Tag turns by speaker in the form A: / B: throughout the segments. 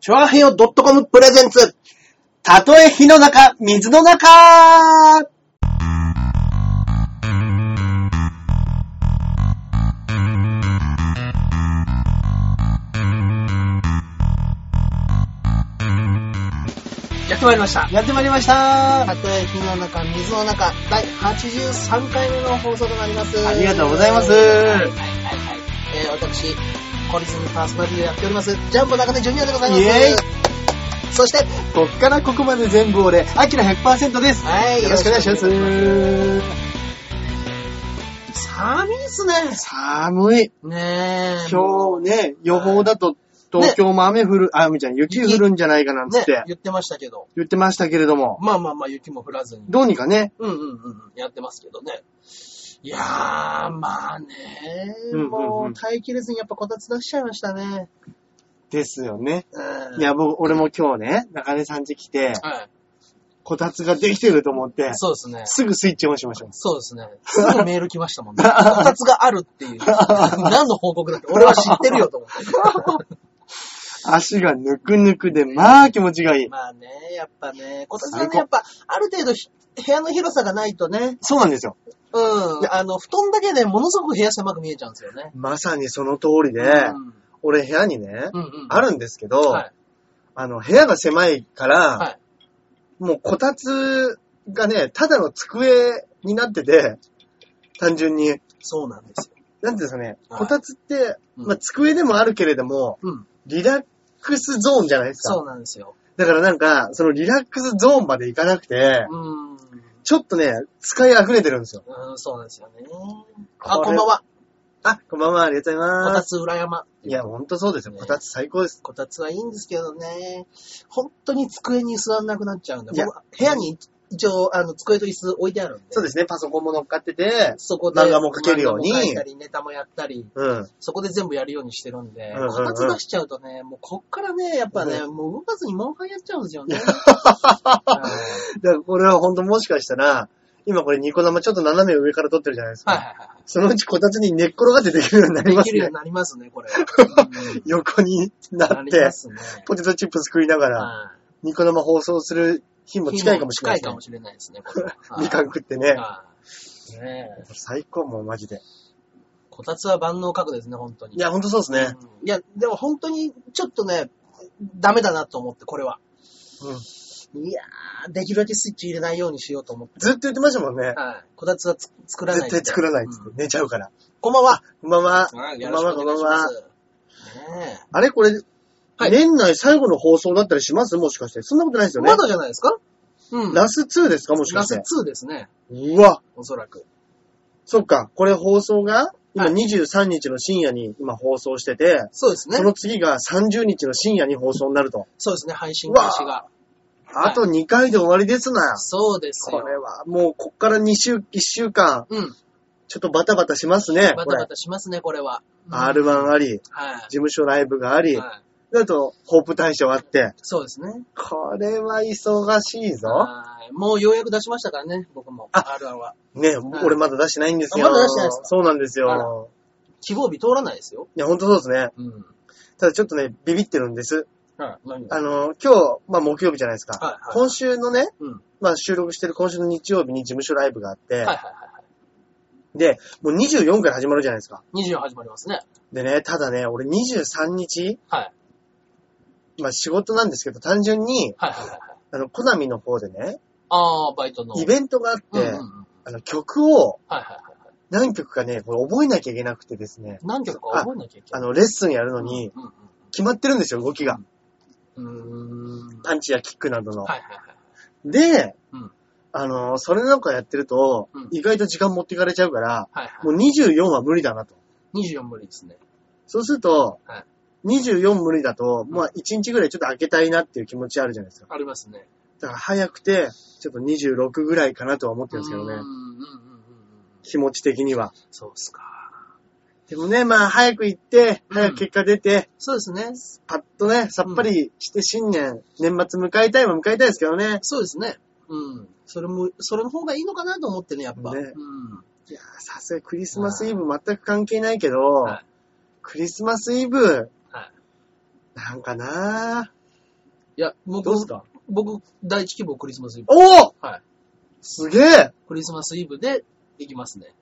A: チョアヘヨ .com プレゼンツ。
B: たとえ火の中、水の中やってまいりました。
A: やってまいりました。
C: たとえ火の中、水の中、第83回目の放送となります。
A: ありがとうございます。
C: えー、私、コリズムパーソナリティをやっております、ジャンボ中根ジュニアでございま
A: イ
C: す。
A: エ
C: そして、
A: こっからここまで全部俺、アキラ100%です。
C: はい
A: よろしくお願いします。
C: 寒いっすね。
A: 寒い。
C: ねえ。
A: 今日ね、予報だと東京も雨降る、あ、みちゃん雪降るんじゃないかなんつ
C: ね
A: っ、て
C: 言ってましたけど。
A: 言ってましたけれども、
C: まあまあまあ、雪も降らずに。
A: どうにかね、
C: うんうんうんうん、やってますけどね。いやー、まあね、
A: うんうんうん
C: もう耐えきれずにやっぱこたつ出しちゃいましたね。
A: ですよね。
C: うん。
A: いや、僕、俺も今日ね、中根さん家来て、
C: はい。
A: こたつができてると思って、
C: そうですね。
A: すぐスイッチオンしましょう。
C: そうですね。すぐメール来ました もんね。こたつがある っていう。何の報告だって。俺は知ってるよと思って。
A: 足がぬくぬくで、まあ気持ちがいい。
C: まあね、やっぱね、こたつは
A: 最
C: ね、
A: 高
C: やっぱ、ある程度ひ部屋の広さがないとね、
A: そうなんですよ。
C: うん
A: い。
C: あの、布団だけでものすごく部屋狭く見えちゃうんですよね。
A: まさにその通りで、
C: うん
A: 俺部屋にね、
C: うんうん。
A: あ
C: る
A: るんですけど、
C: はい。
A: あの、部屋が狭いから、
C: はい
A: もうこたつがね、ただの机になってて、単純に、
C: そうなんですよ。
A: なんていうんですかね、
C: はい
A: こたつって、
C: うん
A: まあ机でもあるけれども、
C: うん。
A: リラックスゾーンじゃないです
C: そ
A: か。
C: うなんですよ。
A: だからなんか、そのリラックスゾーンまでいかなくて、
C: うん。
A: ちょっとね、使い溢れてるんですよ。
C: うん、そうなんですよね。あ、
A: これ
C: こんばんは。
A: あ、こんばんは、ありがとうござい
C: こ
A: ま
C: た
A: す。
C: つ裏山。
A: いや、ほんとそうですよ。こたつ最高です。
C: こたつはいいんですけどね、本当に机に座んなくなっちゃうんで、
A: いや
C: 僕部屋に一応、あの、机と椅子置いてあるんで。
A: そうですね、パソコンも乗っかってて、
C: そこで。
A: 漫画も描けるように
C: 漫画も描いたり、ネタもやったり、
A: うん。
C: そこで全部やるようにしてるんで、
A: うんうんうん
C: こたつ出しちゃうとね、もうこっからね、やっぱね、
A: ね
C: もう動かずにモンハンやっちゃうんですよね。はい
A: だからこれはほんともしかしたら、今これニコ生ちょっと斜め上から撮ってるじゃないですか。
C: はいは
A: そのうちこたつに寝っ転がってできるようにないり
C: はい。
A: ま
C: ですきるよう
A: ね
C: に。なりますね、これは。うん
A: 横にな
C: な
A: っ
C: り
A: て
C: ま、すね。
A: ポテトチップス食いながら、
C: は
A: ニコ生放送する日も
C: い
A: 近いかもしれない
C: 近いかも
A: で
C: しれないですね、これは。
A: すね。みかん食ってね。
C: はいねえ
A: 最高もうマジで。
C: こたつは万能家具ですね、本当に。
A: いや、ほんとそうですね。
C: うんいや、でも本当にちょっとね、ダメだなと思って、これは。
A: うん
C: いやー、できるだけスイッチ入れないようにしようと思って。
A: ずっと言ってましたもんね。
C: はい。こたつはつ作らな
A: 絶
C: い
A: 対作らないっつっ
C: う
A: て
C: ん。
A: 寝ちゃうから。
C: こんばんは。
A: こんばんは。
C: はい
A: こ
C: よ
A: ん
C: ろ
A: ば
C: し
A: ん
C: く
A: は、こ
C: お
A: んばん
C: 願いし
A: は
C: ま。す。ねえ
A: あれこれ、
C: はい
A: 年内最後の放送だったりしますもしかして。そんなことないですよね。
C: まだじゃないですかうん。
A: ラス2ですかもしか
C: ラ
A: し
C: ス
A: て。
C: 2ですね。
A: うわ。
C: おそらく。
A: そっか。これ放送が、今
C: はい
A: 23日の深夜に今放送してて、
C: そうですね
A: そ。の次が30日の深夜に放送になると。
C: そうですね、配信開始
A: う
C: が。はい
A: あと2回で終わりですな。
C: そうです
A: こ
C: よ。
A: れは、もうこっから2週、1週間、
C: うん。
A: ちょっとバタバタしますね。
C: バタバタしますね、これは。うん
A: これ。R1 あり、事
C: はい。
A: 務所ライブがあり、
C: はい
A: あと、ホープ大賞あって。
C: そうですね。
A: これは忙しいぞ。
C: はいもうようやく出しましたからね、僕も。
A: あ
C: R1 は。
A: ね、
C: はい
A: 俺まだ出してないんですよ。
C: あまだ出してないですか
A: そうなんです
C: あら
A: よ。
C: 希望日通らないですよ。
A: いや、ほんとそうですね。
C: うん。
A: ただちょっとね、ビビってるんです。
C: はい。何が
A: あの、今日、まあ木曜日じゃないですか。
C: はいはい
A: 今週のね、
C: うん。
A: まあ収録してる今週の日曜日に事務所ライブがあって、
C: はいはいはい。
A: で、もう24から始まるじゃないですか。
C: 24始まりますね。
A: でね、ただね、俺23日、
C: はい。
A: まあ仕事なんですけど、単純に、
C: はいはいはいはい。
A: あの、コナミの方でね、
C: あー、バイトの。
A: イベントがあって、
C: うんうんうん。
A: あの、曲を
C: はいはいはいはい。
A: 何曲かね、これ覚えなきゃいけなくてですね、
C: 何曲か覚えなきゃいけ
A: あ
C: ない。
A: の、レッスンやるのに、
C: うんうん
A: 決まってるんですよ、動きが。
C: うん。うーん。
A: パンチやキックなどの。
C: はいはいはい。
A: で、
C: うん
A: あの、それなんかやってると、
C: うん
A: 意外と時間持っていかれちゃうから、
C: はい
A: もう
C: は
A: 24は無理だなと。
C: い。24無理ですね。
A: そうすると、
C: はい
A: 24無理だと、まあ1日ぐらいちょっと開けたいなっていう気持ちあるじゃないですか。
C: ありますね。
A: だから早くて、ちょっと26ぐらいかなとは思ってるんですけど
C: うーんうん
A: ね。
C: うんうんうん。
A: 気持ち的には。
C: そうっすか。
A: でもね、まあ早く行って、
C: うん
A: 早く結果出て、
C: そうですね。
A: パッとね、さっぱりして新年、年末迎えたいは迎えたいですけどね。
C: そうですね。うん。それも、それの方がいいのかなと思ってね、やっぱ。
A: ね
C: う
A: い
C: ん。
A: やーさすがにクリスマスイブ全く関係ないけど、
C: はい
A: クリスマスイブ、
C: はい
A: なんかなー
C: いや、僕
A: どうすか
C: 僕、第一希望クリスマスイブ。
A: おお
C: はい。
A: すげえ
C: クリスマスイブで行きますね。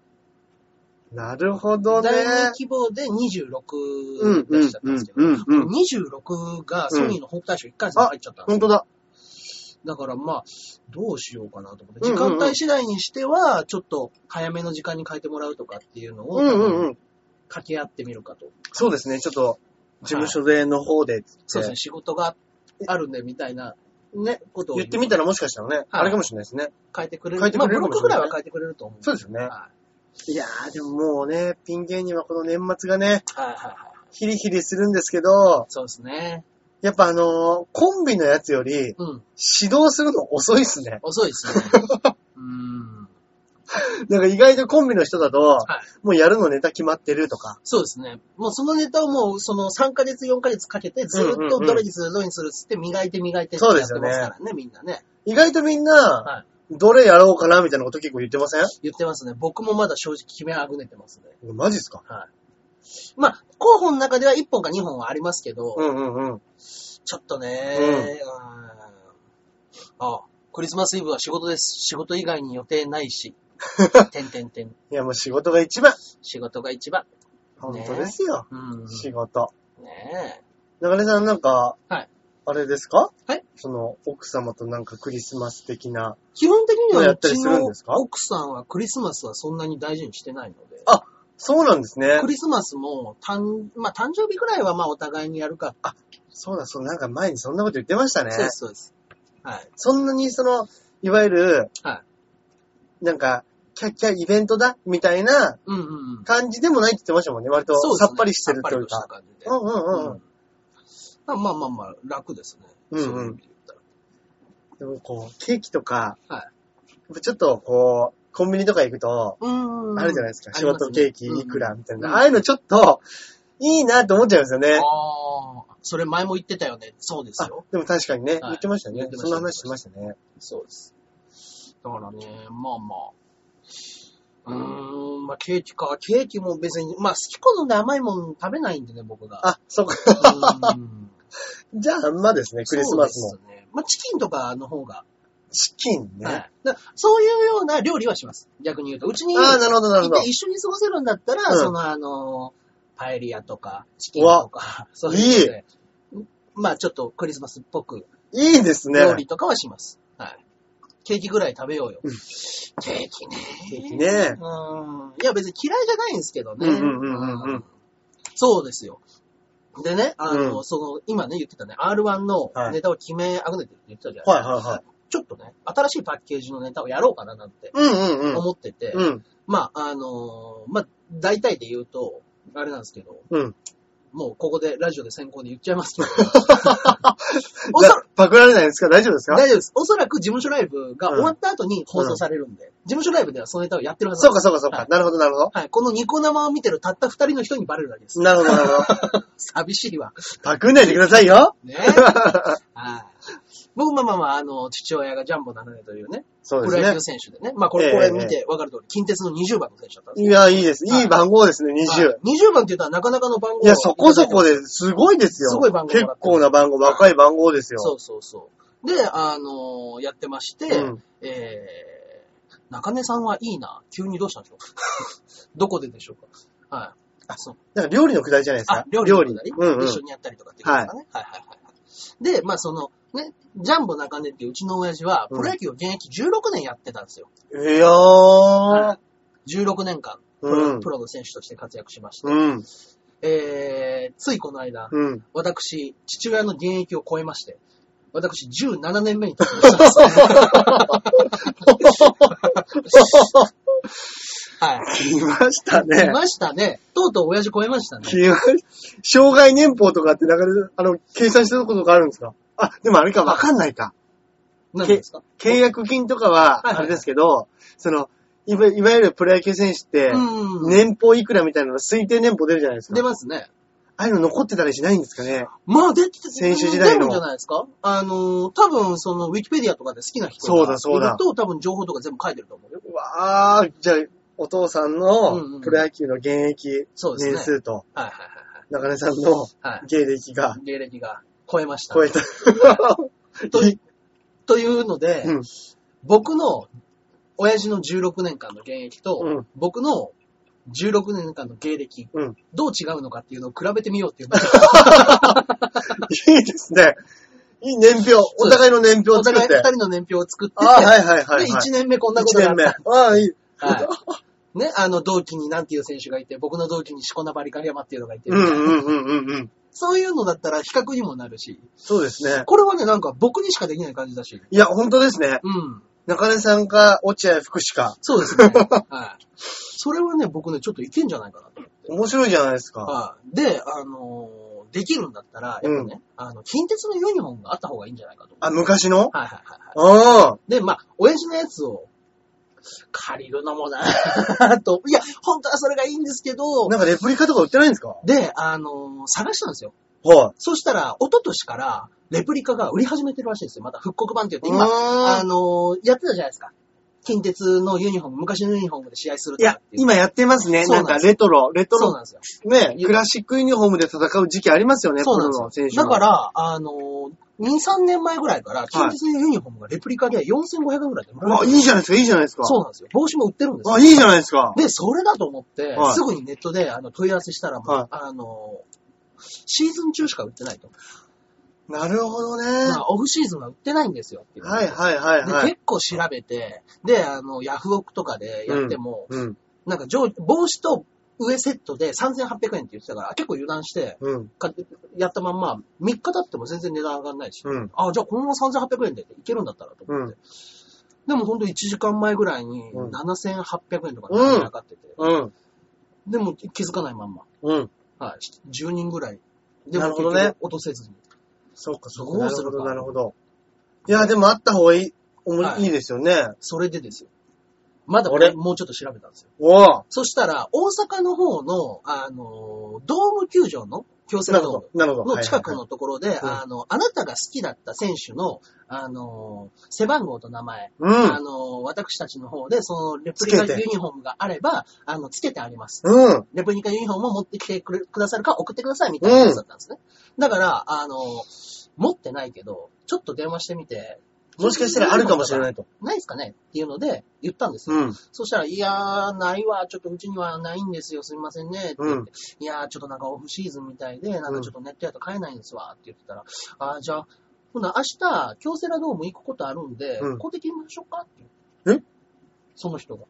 A: なるほどね。
C: 第二希望で
A: うん、
C: 26
A: う
C: 出し
A: ん
C: ちゃっ、たん
A: う
C: で
A: ん
C: すけ、ど、
A: うん、うん。
C: 26がソニーのホープ大賞1回戦入っちゃったんです
A: ほ
C: よ
A: んとだ。
C: だからまあ、どうしようかなと思って、
A: うんう
C: 時
A: んうん
C: 間帯次第にしては、ちょっと早めの時間に変えてもらうとかっていうのを、
A: うん、うん、うん。
C: 掛け合ってみるかと。
A: そうですね、ちょっと、事務所での方で、
C: そうですね、仕事があるんでみたいな
A: ね、
C: ことを
A: 言ってみたらもしかしたらね、あれかもしれないですね。
C: 変えてくれる。
A: 変えてくれる
C: ま
A: かも
C: あ、ブロ
A: し
C: ックぐ
A: れな
C: ら
A: い
C: い
A: ね
C: は変えてくれると思うん
A: そうですよね。
C: はい
A: やー、でももうね、ピン芸人はこの年末がね、
C: い。はいはいはい。
A: ヒリヒリするんですけど、
C: そうですね。
A: やっぱあのーコンビのやつより、
C: うん。
A: 指導するの遅いっすね。
C: 遅いですね。うーん。
A: なんか意外とコンビの人だと、
C: はい。
A: もうやるのネタ決まってるとか。
C: そうですね。もうそのネタをもう、その3ヶ月、4ヶ月かけて、ず
A: うん
C: っ
A: うん
C: と
A: うん
C: どれにする、どれにするっつって磨いて磨いてって
A: そう
C: や
A: で
C: っ
A: す
C: て
A: よ
C: ま
A: ね
C: すからね、みんなね。
A: 意外とみんな、
C: はい
A: どれやろうかなみたいなこと結構言ってません
C: 言ってますね。僕もまだ正直決めあぐねてますね。
A: マジっすか
C: まあ、候補の中では1本か2本はありますけど、
A: うんうんうん。
C: ちょっとね、
A: うん
C: うーんああクリスマスイブは仕事です。仕事以外に予定な いし。てんてんてん。
A: いやもう仕事が一番。
C: 仕事が一番。
A: 本当ですよ。
C: うん。
A: 仕事。
C: ねえ。
A: 中根さんなんか、
C: はい
A: あれですか
C: はい
A: その奥様となんかクリスマス的な。
C: 基本的には
A: や
C: う
A: ったり
C: ち
A: するん
C: の
A: ですか
C: 奥さんはクリスマスはそんなに大事にしてないので。
A: そうなんですね
C: ク。リスマスも、誕、まあ、誕生日くらいは、まあ、お互いにやるか。
A: そうだそうだ、なんか前にそんなこと言ってましたね。
C: そうです、そうです。はい。
A: そんなにその、いわゆる、
C: は
A: なんか、キャッキャイベントだみたいな
C: うんうんうん。
A: 感じでもないって言ってましたもんね。割と
C: そうです
A: さ
C: ね
A: っぱりしてるという
C: さっ
A: か。
C: ぱりとした
A: う
C: 感
A: んうんうん。
C: じで。まあまあまあ、楽ですね。
A: うんうん
C: そういう意味で言ったら
A: でもこう、ケーキとか、
C: はい
A: ちょっとこう、コンビニとか行くと、
C: うんうん。
A: あるじゃないですか。
C: あ
A: 仕
C: ります
A: 事
C: ね
A: ケーキいくらみたいな。
C: うん
A: ああいうのちょっと、いいなって思っちゃいますよね。
C: ああ、それ前も言ってたよね。そうです
A: あ
C: よ。、
A: でも確かにね、言ってましたよ
C: 言
A: ね
C: っ。てま
A: そ
C: し
A: ん
C: た
A: な話しましたね。
C: そうです。だからね、まあまあ。うーん、まあケーキか。ケーキも別に、まあ好き好んで甘いもの食べないんでね、僕が。
A: あ、そっか。
C: うん
A: じゃあ、あんまですね、クリスマス
C: そ
A: も。
C: うですね。まあ、チキンとかの方が。
A: チキンね。
C: はい。だそういうような料理はします。逆に言うと。うちにいて
A: ああ、なるほど、なるほど。
C: 一緒に過ごせるんだったら、
A: うん
C: そのあの、パエリアとか、チキンとか、 そういうので。まあちょっとクリスマスっぽく
A: いいですね。
C: 料理とかはします。はい。ケーキぐらい食べようよ。ケーキね。
A: ケーキね。
C: うん。いや別に嫌いじゃないんですけどね。
A: うんうんうんうんうん
C: そうですよ。でね、あの、
A: うん
C: その、今ね、言ってたね、R1 の
A: はい
C: ネタを決めあぐねてるって言ってたじゃない
A: はいはいはい。
C: ちょっとね、新しいパッケージのネタをやろうかななんて
A: うんうんうん。
C: 思ってて、
A: うん。
C: まあ、あのーまあ、大体で言うと、あれなんですけど、
A: うん。
C: もうここで、ラジオで先行で言っちゃい ますけど、おそ
A: だパクられないですか大丈夫ですか
C: 大丈夫です。おそらく事務所ライブが終わった後に放送されるんで、事務所ライブではそのネタをやってるはず
A: そ
C: な
A: うんか
C: です。
A: そうかそうか。なるほどなるほど。
C: はい。このニコ生を見てるたった二人の人にバレるだけです。
A: なるほどなるほど。
C: 寂しいわ。
A: パクんないでくださいよ。
C: ね はい。僕、まあまあまあ、あの、父親がジャンボ7年というね、
A: そう
C: プ
A: です
C: ロ野
A: ね
C: 球。選手でね、まあこれ、
A: ええ
C: これ見てわかる通り、近鉄の20番の選手だったんです
A: いや、いいです。いい番号ですね、
C: はい
A: 20。
C: 20番って言ったらなかなかの番号
A: いや、そこそこ
C: で。
A: ですごいですよ。
C: すごい番号もらっ
A: 結
C: てる
A: 構な番号、若い番号ですよ。
C: そうそうそう。で、あのーやってまして、
A: うん
C: えー、中根さんはいいな。急にどうしたんでしょう どこででしょうかはい。あ、そう。
A: なんか料理のくだりじゃないです
C: あ
A: か、。
C: 料理のくだり、
A: うんうん。
C: 一緒にやったりとかっていうことですかね。はい、はい、はいはい。で、まあその、ね、ジャンボ中根っていううちの親父は、プロ野球を現役16年やってたんですよ。
A: いやー。
C: 16年間プロ、
A: うん
C: プ。ロの選手として活躍しました。
A: うん。
C: えー、ついこの間、
A: うん。
C: 私、父親の現役を超えまして、私、17年目に突入したんですね。 はい。
A: 来ましたね
C: 来。ましたね。とうとう親父超えましたね。
A: 来ま障害年俸とかって、なんか、あの、計算してることがあるんですかあ、でもあれか、わかんないか。
C: 何ですか
A: 契約金とかは、
C: はいはい
A: あれですけど、その、いわいわゆるプロ野球選手って、
C: うん。
A: 年俸いくらみたいなの推定年俸出るじゃないです
C: 出
A: か。
C: ますね。
A: ああいうの残ってたりしないんですかね。
C: まあ、出て、
A: 選手時代の
C: 出るんじゃないですかあのー、多分、その、ウィキペディアとかで好きな人
A: そうだそうだ
C: いると、多分、情報とか全部書いてると思うよ。
A: うわー、じゃあ、お父さん
C: うんう
A: の
C: ん
A: プロ野球の現役
C: そうですね
A: 年数と、
C: はいはい
A: 中根さんの
C: はいはい。は
A: 芸歴が
C: い。芸歴が。超えました。
A: 超えた。
C: といというので、
A: うん
C: 僕の親父の16年間の現役と、
A: うん
C: 僕の16年間の芸歴、
A: うん
C: どう違うのかっていうのを比べてみようっ ていうのを
A: いいですね。いい年表。お互いの年表を
C: お
A: 作
C: 互
A: っ
C: い二
A: て。
C: 人の年表を作って、
A: ああ、はいはいはい、
C: で、
A: はい。
C: 1年目こんなことがあ
A: 1年目。
C: っ
A: あ。
C: た
A: あ、いい。
C: はい。ね、あの、同期になんていう選手がいて、僕の同期にシコナバリカリヤマっていうのがいて、
A: うんうんうんうんうん。
C: そういうのだったら比較にもなるし、
A: そうですね。
C: これはね、なんか僕にしかできない感じだし、
A: いや、本当ですね。
C: うん。
A: 中根さんか、落合福士か。
C: そうですね。 はい。それはね、僕ね、ちょっといけんじゃないかなと。
A: 面白いじゃないですか。
C: はい。で、あのーできるんだったら、やっぱね、あの、近鉄のユニフォームがあった方がいいんじゃないかと。
A: あ、昔の
C: はいはいはいは
A: ああ。
C: い。で、まあ、親父のやつを、借りるのもなぁ と。いや、本当はそれがいいんですけど、
A: なんかレプリカとか売ってないんですか
C: で、あのー探したんですよ。
A: は
C: そしたら、一昨年から、レプリカが売り始めてるらしいんですよ。また復刻版って言っ
A: い。
C: て、今、あ
A: あー
C: のーやってたじゃないですか。近鉄のユニフォーム、昔のユニフォームで試合する
A: い
C: とか
A: や
C: って、いう
A: 今やってますね。
C: そう
A: な
C: なんんです
A: かレトロ、レト
C: そう
A: ロ、
C: なんですよ。
A: ね、クラシックユニフォームで戦う時期ありますよね、プ
C: そうな
A: ロ
C: んですよ
A: の選手
C: だ
A: の
C: から、あのー、2、3年前ぐらいから、近鉄のユニフォームがレプリカで4500円ぐらいでも
A: うわ、
C: らえ
A: い
C: る。
A: いじゃないですか、いいじゃないですか。
C: そうなんですよ。帽子も売ってるんですよ。
A: あ、いいじゃないですか。
C: で、それだと思って、
A: はい
C: すぐにネットであの問い合わせしたら、もう
A: はい
C: あのー、シーズン中しか売ってないと。
A: なるほどね。
C: まあ、オフシーズンは売ってないんですよっていう。
A: はいはいはい
C: で
A: はい。
C: 結構調べて、で、あの、ヤフオクとかでやっても、
A: うん。
C: なんか上、帽子と上セットで3800円って言ってたから、結構油断して、
A: うん。
C: 買ってやったまんま、3日経っても全然値段上がんないし、
A: うん。
C: あ、じゃあこのまま3800円でいけるんだったらと思って。でもほんと1時間前ぐらいに
A: うん
C: 7800円とか
A: うん
C: 値上がってて、
A: うん。
C: でも気づかないまんま、
A: うん。
C: はい、10人ぐらい。で
A: なる
C: も結
A: ほど
C: 局
A: ね
C: 落とせずに。
A: そうか、
C: そうか
A: なるほど、な
C: な
A: る
C: る
A: ほど。いや、でもあった方がいい、おも
C: はい
A: いいですよね。
C: それでですよ。まだ
A: あれ
C: 俺もうちょっと調べたんですよ。
A: おぉ
C: そしたら、大阪の方の、あの、ドーム球場の、京セ
A: な
C: ラ
A: るほ
C: ドーム
A: ど、なるほど。
C: の近く
A: はい
C: のところで、
A: うん
C: あの、あなたが好きだった選手の、あの、背番号と名前、
A: はいはい
C: あの、私たちの方で、その、レプリカ
A: つけ
C: ユ
A: て
C: ニフォームがあれば、あの、つけてあります。
A: うん。うん。
C: レプリカユニフォームを持ってきてくれくださるか送ってくださいみたいなやつだったんですね。だから、あの、持ってないけど、ちょっと電話してみて、
A: もしかしたらあるかもしれないと。
C: ないですかねっていうので、言ったんですよ。
A: うん。
C: そしたら、いやー、ないわ、ちょっとうちにはないんですよ、すみませんね、って言って、
A: うん
C: いやー、ちょっとなんかオフシーズンみたいで、なんかちょっとネットやと買えないんですわ、って言ってたら、あー、じゃあ、ほな、明日、京セラドーム行くことあるんで、
A: うん
C: 買うてきましょうかって言って。えその人が。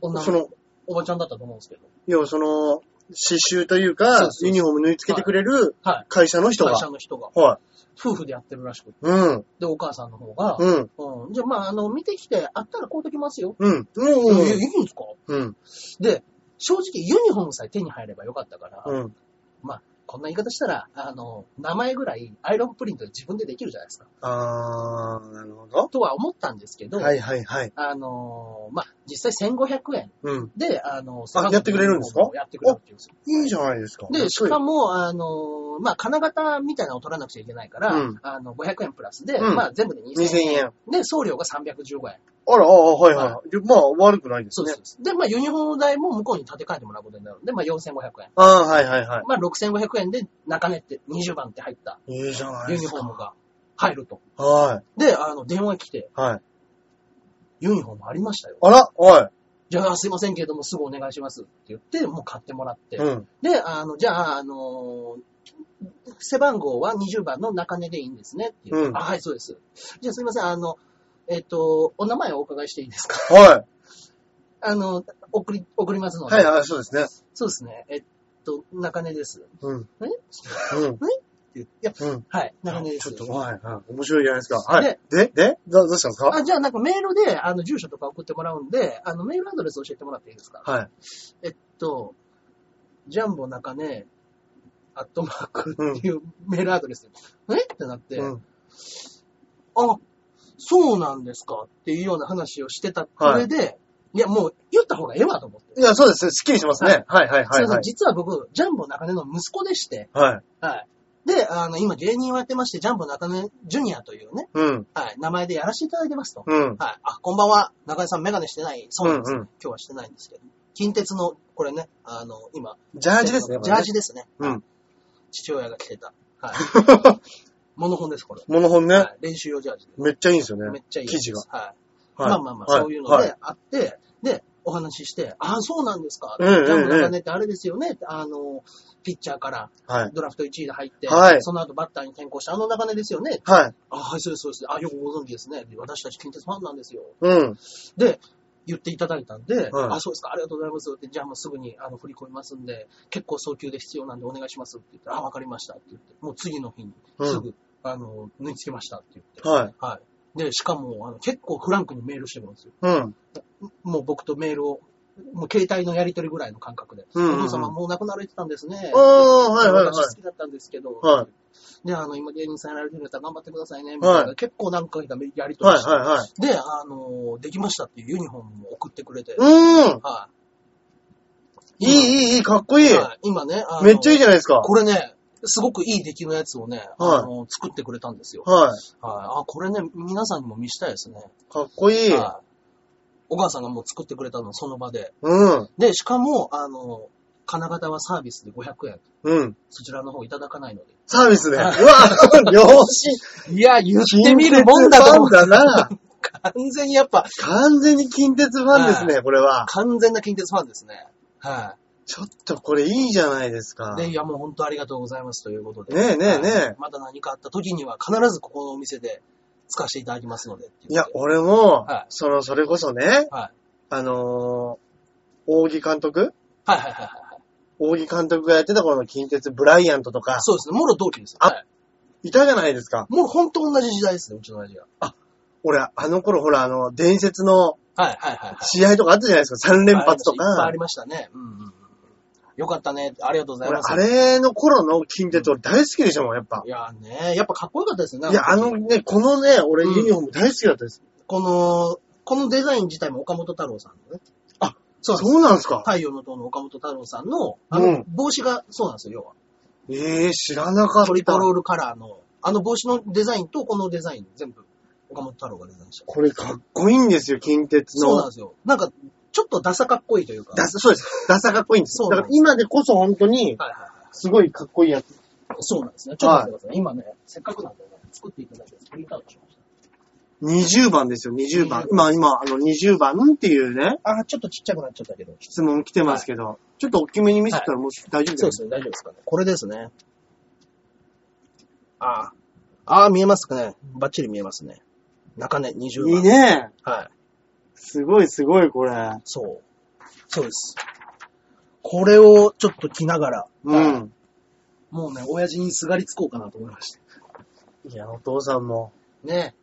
C: 女の子
A: その、
C: おばちゃんだったと思うんですけど。
A: 要はその、刺繍という
C: そう
A: か
C: で、す
A: ユニフォーム縫い付けてくれる
C: はい。
A: 会社の人
C: 会
A: が
C: 社。の人が。
A: はい。
C: 夫婦でやってるらしくて。
A: うん。
C: で、お母さんの方が、
A: うん。
C: うん。じゃあ、まあ、あの、見てきて、あったら買うてきますよ。
A: うん。
C: うん、
A: う
C: いい
A: ん。
C: んですか
A: うん。
C: で、正直、ユニフォームさえ手に入ればよかったから、
A: うん。
C: まあ、こんな言い方したら、あの、名前ぐらいアイロンプリントで自分でできるじゃないですか。
A: あー、なるほど。
C: とは思ったんですけど、
A: はいはいはい。
C: あの、まあ、実際1500円
A: うん。
C: で、あの、
A: やってくれるんですか
C: やってくれるっていうんですよ。
A: いいじゃないですか。
C: で、しかも、あの、まあ、金型みたいなのを取らなくちゃいけないから、
A: うん
C: あの、500円プラスで、
A: うん
C: まあ、全部で2000
A: 2000
C: 円。
A: 円。
C: で、送料が315円。
A: あら、ああ、はいはい。でまあ、悪くないです
C: そう
A: ね
C: で。す。で、まあ、ユニフォーム代も向こうに立て替えてもらうことになるんで、まあ、4500円。
A: ああ、はいはいは
C: まあ、6500円で中根って20番って入った
A: い。いいじゃない
C: ユ
A: で
C: ニ
A: す
C: フォー
A: か。
C: ムが入ると。
A: はい。
C: で、あの、電話来て、
A: はい。
C: ユニフォームありましたよ。
A: あら、おい。
C: じゃあ、すいませんけれども、すぐお願いしますって言って、もう買ってもらって。
A: うん。
C: で、あの、じゃあ、あのー背番号は20番の中根でいいんですねって言って、
A: うん
C: あ、はい、そうです。じゃあ、すいません、あの、えっ、と、お名前をお伺いしていいですか
A: は
C: あの、送り、送りますの
A: い。
C: で。
A: はい、はい、そうですね。
C: そうですね。えっと、中根です。
A: うん。
C: え
A: うん。
C: って言っていや、
A: うん。
C: はい、中根です。
A: ちょっと、はい、はい。面白いじゃないですか。はい
C: で。
A: で、で、どどうしたんですか
C: あじゃあ、なんかメールで、あの、住所とか送ってもらうんで、あの、メールアドレス教えてもらっていいですか
A: はい。
C: えっと、ジャンボ中根、アットマークっていうメールアドレスで、えってなって、
A: うん。
C: あ、そうなんですかっていうような話をしてたこれで、い、や、もう言った方がええわと思って。
A: いや、そうです。すっきりしますね。はい、はい、は
C: す
A: い。
C: いませ
A: は
C: ん、
A: い。
C: 実は僕、ジャンボ中根の息子でして、
A: はい。
C: はい。で、あの、今芸人をやってまして、ジャンボ中根ジュニアというね、
A: うん。
C: はい、名前でやらせていただいてますと。
A: うん。
C: はい。あ、こんばんは。中根さんメガネしてない。そうなんです、
A: うんうん
C: 今日はしてないんですけど。近鉄の、これね、あの、今、
A: ジャージですね。
C: ジャー
A: ジ。
C: ジですね。
A: うん。
C: 父親が着てた。はい。モノホンです、これ。
A: モノホンね
C: は。い練習用ジャージで。
A: めっちゃいいんですよ
C: め
A: ね
C: っ。ちゃいい。
A: 生地が。。
C: はい。
A: はい
C: まあまあまあ、
A: は
C: そういうの
A: は
C: であって、で、お話しして、ああ、そうなんですか。
A: う
C: ジ
A: んうんうん
C: ャンプ中根ってあれですよね。あの、ピッチャーから
A: はい。
C: ドラフト1位で入って、
A: はい
C: その後バッターに転向して、あの中根ですよね。
A: はい。
C: あはい、そうです、そうです。あよくご存知ですね。私たち近鉄ファンなんですよ。
A: うん。
C: で、言っていただいたんで、
A: はい
C: あ、そうですか、ありがとうございますって、じゃあもうすぐにあの振り込みますんで、結構早急で必要なんでお願いしますって言ったら、あ、わかりましたって言って、もう次の日に
A: うん
C: すぐ、あの、縫い付けましたって言って、
A: はい。
C: はい。で、しかも、あの、結構フランクにメールしてくるんですよ。
A: うん。
C: もう僕とメールを、もう携帯のやり取りぐらいの感覚で。
A: うんうんうん
C: お父様もう亡くなられてたんですね。
A: おー、はいはいはい。
C: 私好きだったんですけど、
A: はい
C: で、あの、今芸人さんやられてるんだったら頑張ってくださいね、みたいな、
A: はい
C: 結構何回かやり取
A: は
C: り
A: い
C: して、
A: は
C: で、あの、できましたっていうユニフォームも送ってくれて、
A: いはい。うん。
C: はい。
A: いい、いい、いい、かっこいい。
C: はい今ね、あの
A: めっちゃいいじゃないですか。
C: これね、すごくいい出来のやつをね、
A: はい
C: あの作ってくれたんですよ。
A: はい。
C: はい。あ、これね、皆さんにも見したいですね。
A: かっこいい。
C: はい。お母さんがもう作ってくれたの、その場で。
A: うん。
C: で、しかも、あの、金型はサービスで500円、
A: うん。
C: そちらの方いただかないので。
A: サービスね。うわ、 良心。
C: いや、言
A: 近鉄ファンだな。
C: 完全にやっぱ、
A: 完全に近鉄ファンですね、これは。
C: 完全な近鉄ファンですね。は
A: ちょっとこれいいじゃないです
C: い。
A: か。
C: で、いや、もう本当ありがとうございますということで。
A: ねえねえねえ
C: はいまだ何かあった時には必ずここのお店で使わせていただきますのでって言って。
A: いや、俺も、
C: はい
A: その、それこそね、
C: はい。
A: あのー、大木監督
C: はいはいはいはい。
A: 大木監督がやってた頃の近鉄ブライアントとか、
C: そうですね。もろ同期です。
A: あ
C: はい。
A: いたじゃないですか。
C: もう本当同じ時代ですね、うちの親父が。
A: 俺、あの頃ほら、あの、伝説の
C: はいはいはいはい。
A: 試合とかあったじゃないですか。3連発と
C: いっぱいあ
A: か
C: り。ましたね。うんうんうん。よかったね。ありがとうござい
A: 俺、
C: ます。
A: あれの頃の近鉄俺大好きでしたもん、やっぱ
C: い。やね、やっぱかっこよかったですね。
A: いや、あのね、このね、俺
C: うん
A: ユニフォーム大好きだったです。
C: この、このデザイン自体も岡本太郎さんのね。
A: あ、
C: そうなんです。
A: そうなんですか。
C: 太陽の塔の岡本太郎さんの、あ
A: う
C: の
A: ん、
C: 帽子が、そうなんですよ、
A: ええー、知らな
C: 要
A: か
C: は。
A: っ
C: トリ
A: た
C: コ。ロールカラーの、あの帽子のデザインとこのデザイン、全部、岡本太郎がデザインした。
A: これかっこいいんですよ、近鉄
C: そうなん
A: の
C: で。すよ。なんか、ちょっとダサかっこいいというか。
A: ダサ、そうです。ダサかっこいいんです。
C: そう
A: だ
C: なん
A: か
C: です
A: ら今でこそ本当に、
C: はいはいはい。
A: すごいかっこいいやつ。
C: そうなんですね。ちょっと待ってください。今ね、せっかくなんでね、作っていただいて、プリントアウトしました。
A: 20番ですよ、20番。
C: 20
A: 今、今、あの、20番っていうね、
C: あー、ちょっとちっちゃくなっちゃったけど。
A: 質問来てますけど、ちょっと大きめに見せたらもう大丈夫
C: そ
A: で
C: うですすね、大丈夫ですかね。これですね。ああ。ああ、見えますかね。バッチリ見えますね。中根20
A: いい
C: 番。
A: ね。
C: はい。
A: すごいすごい、これ。
C: そう。そうです。これをちょっと着ながら、
A: うん。
C: もうね、親父にすがりつこうかなと思いまして。
A: いや、お父さんも
C: ね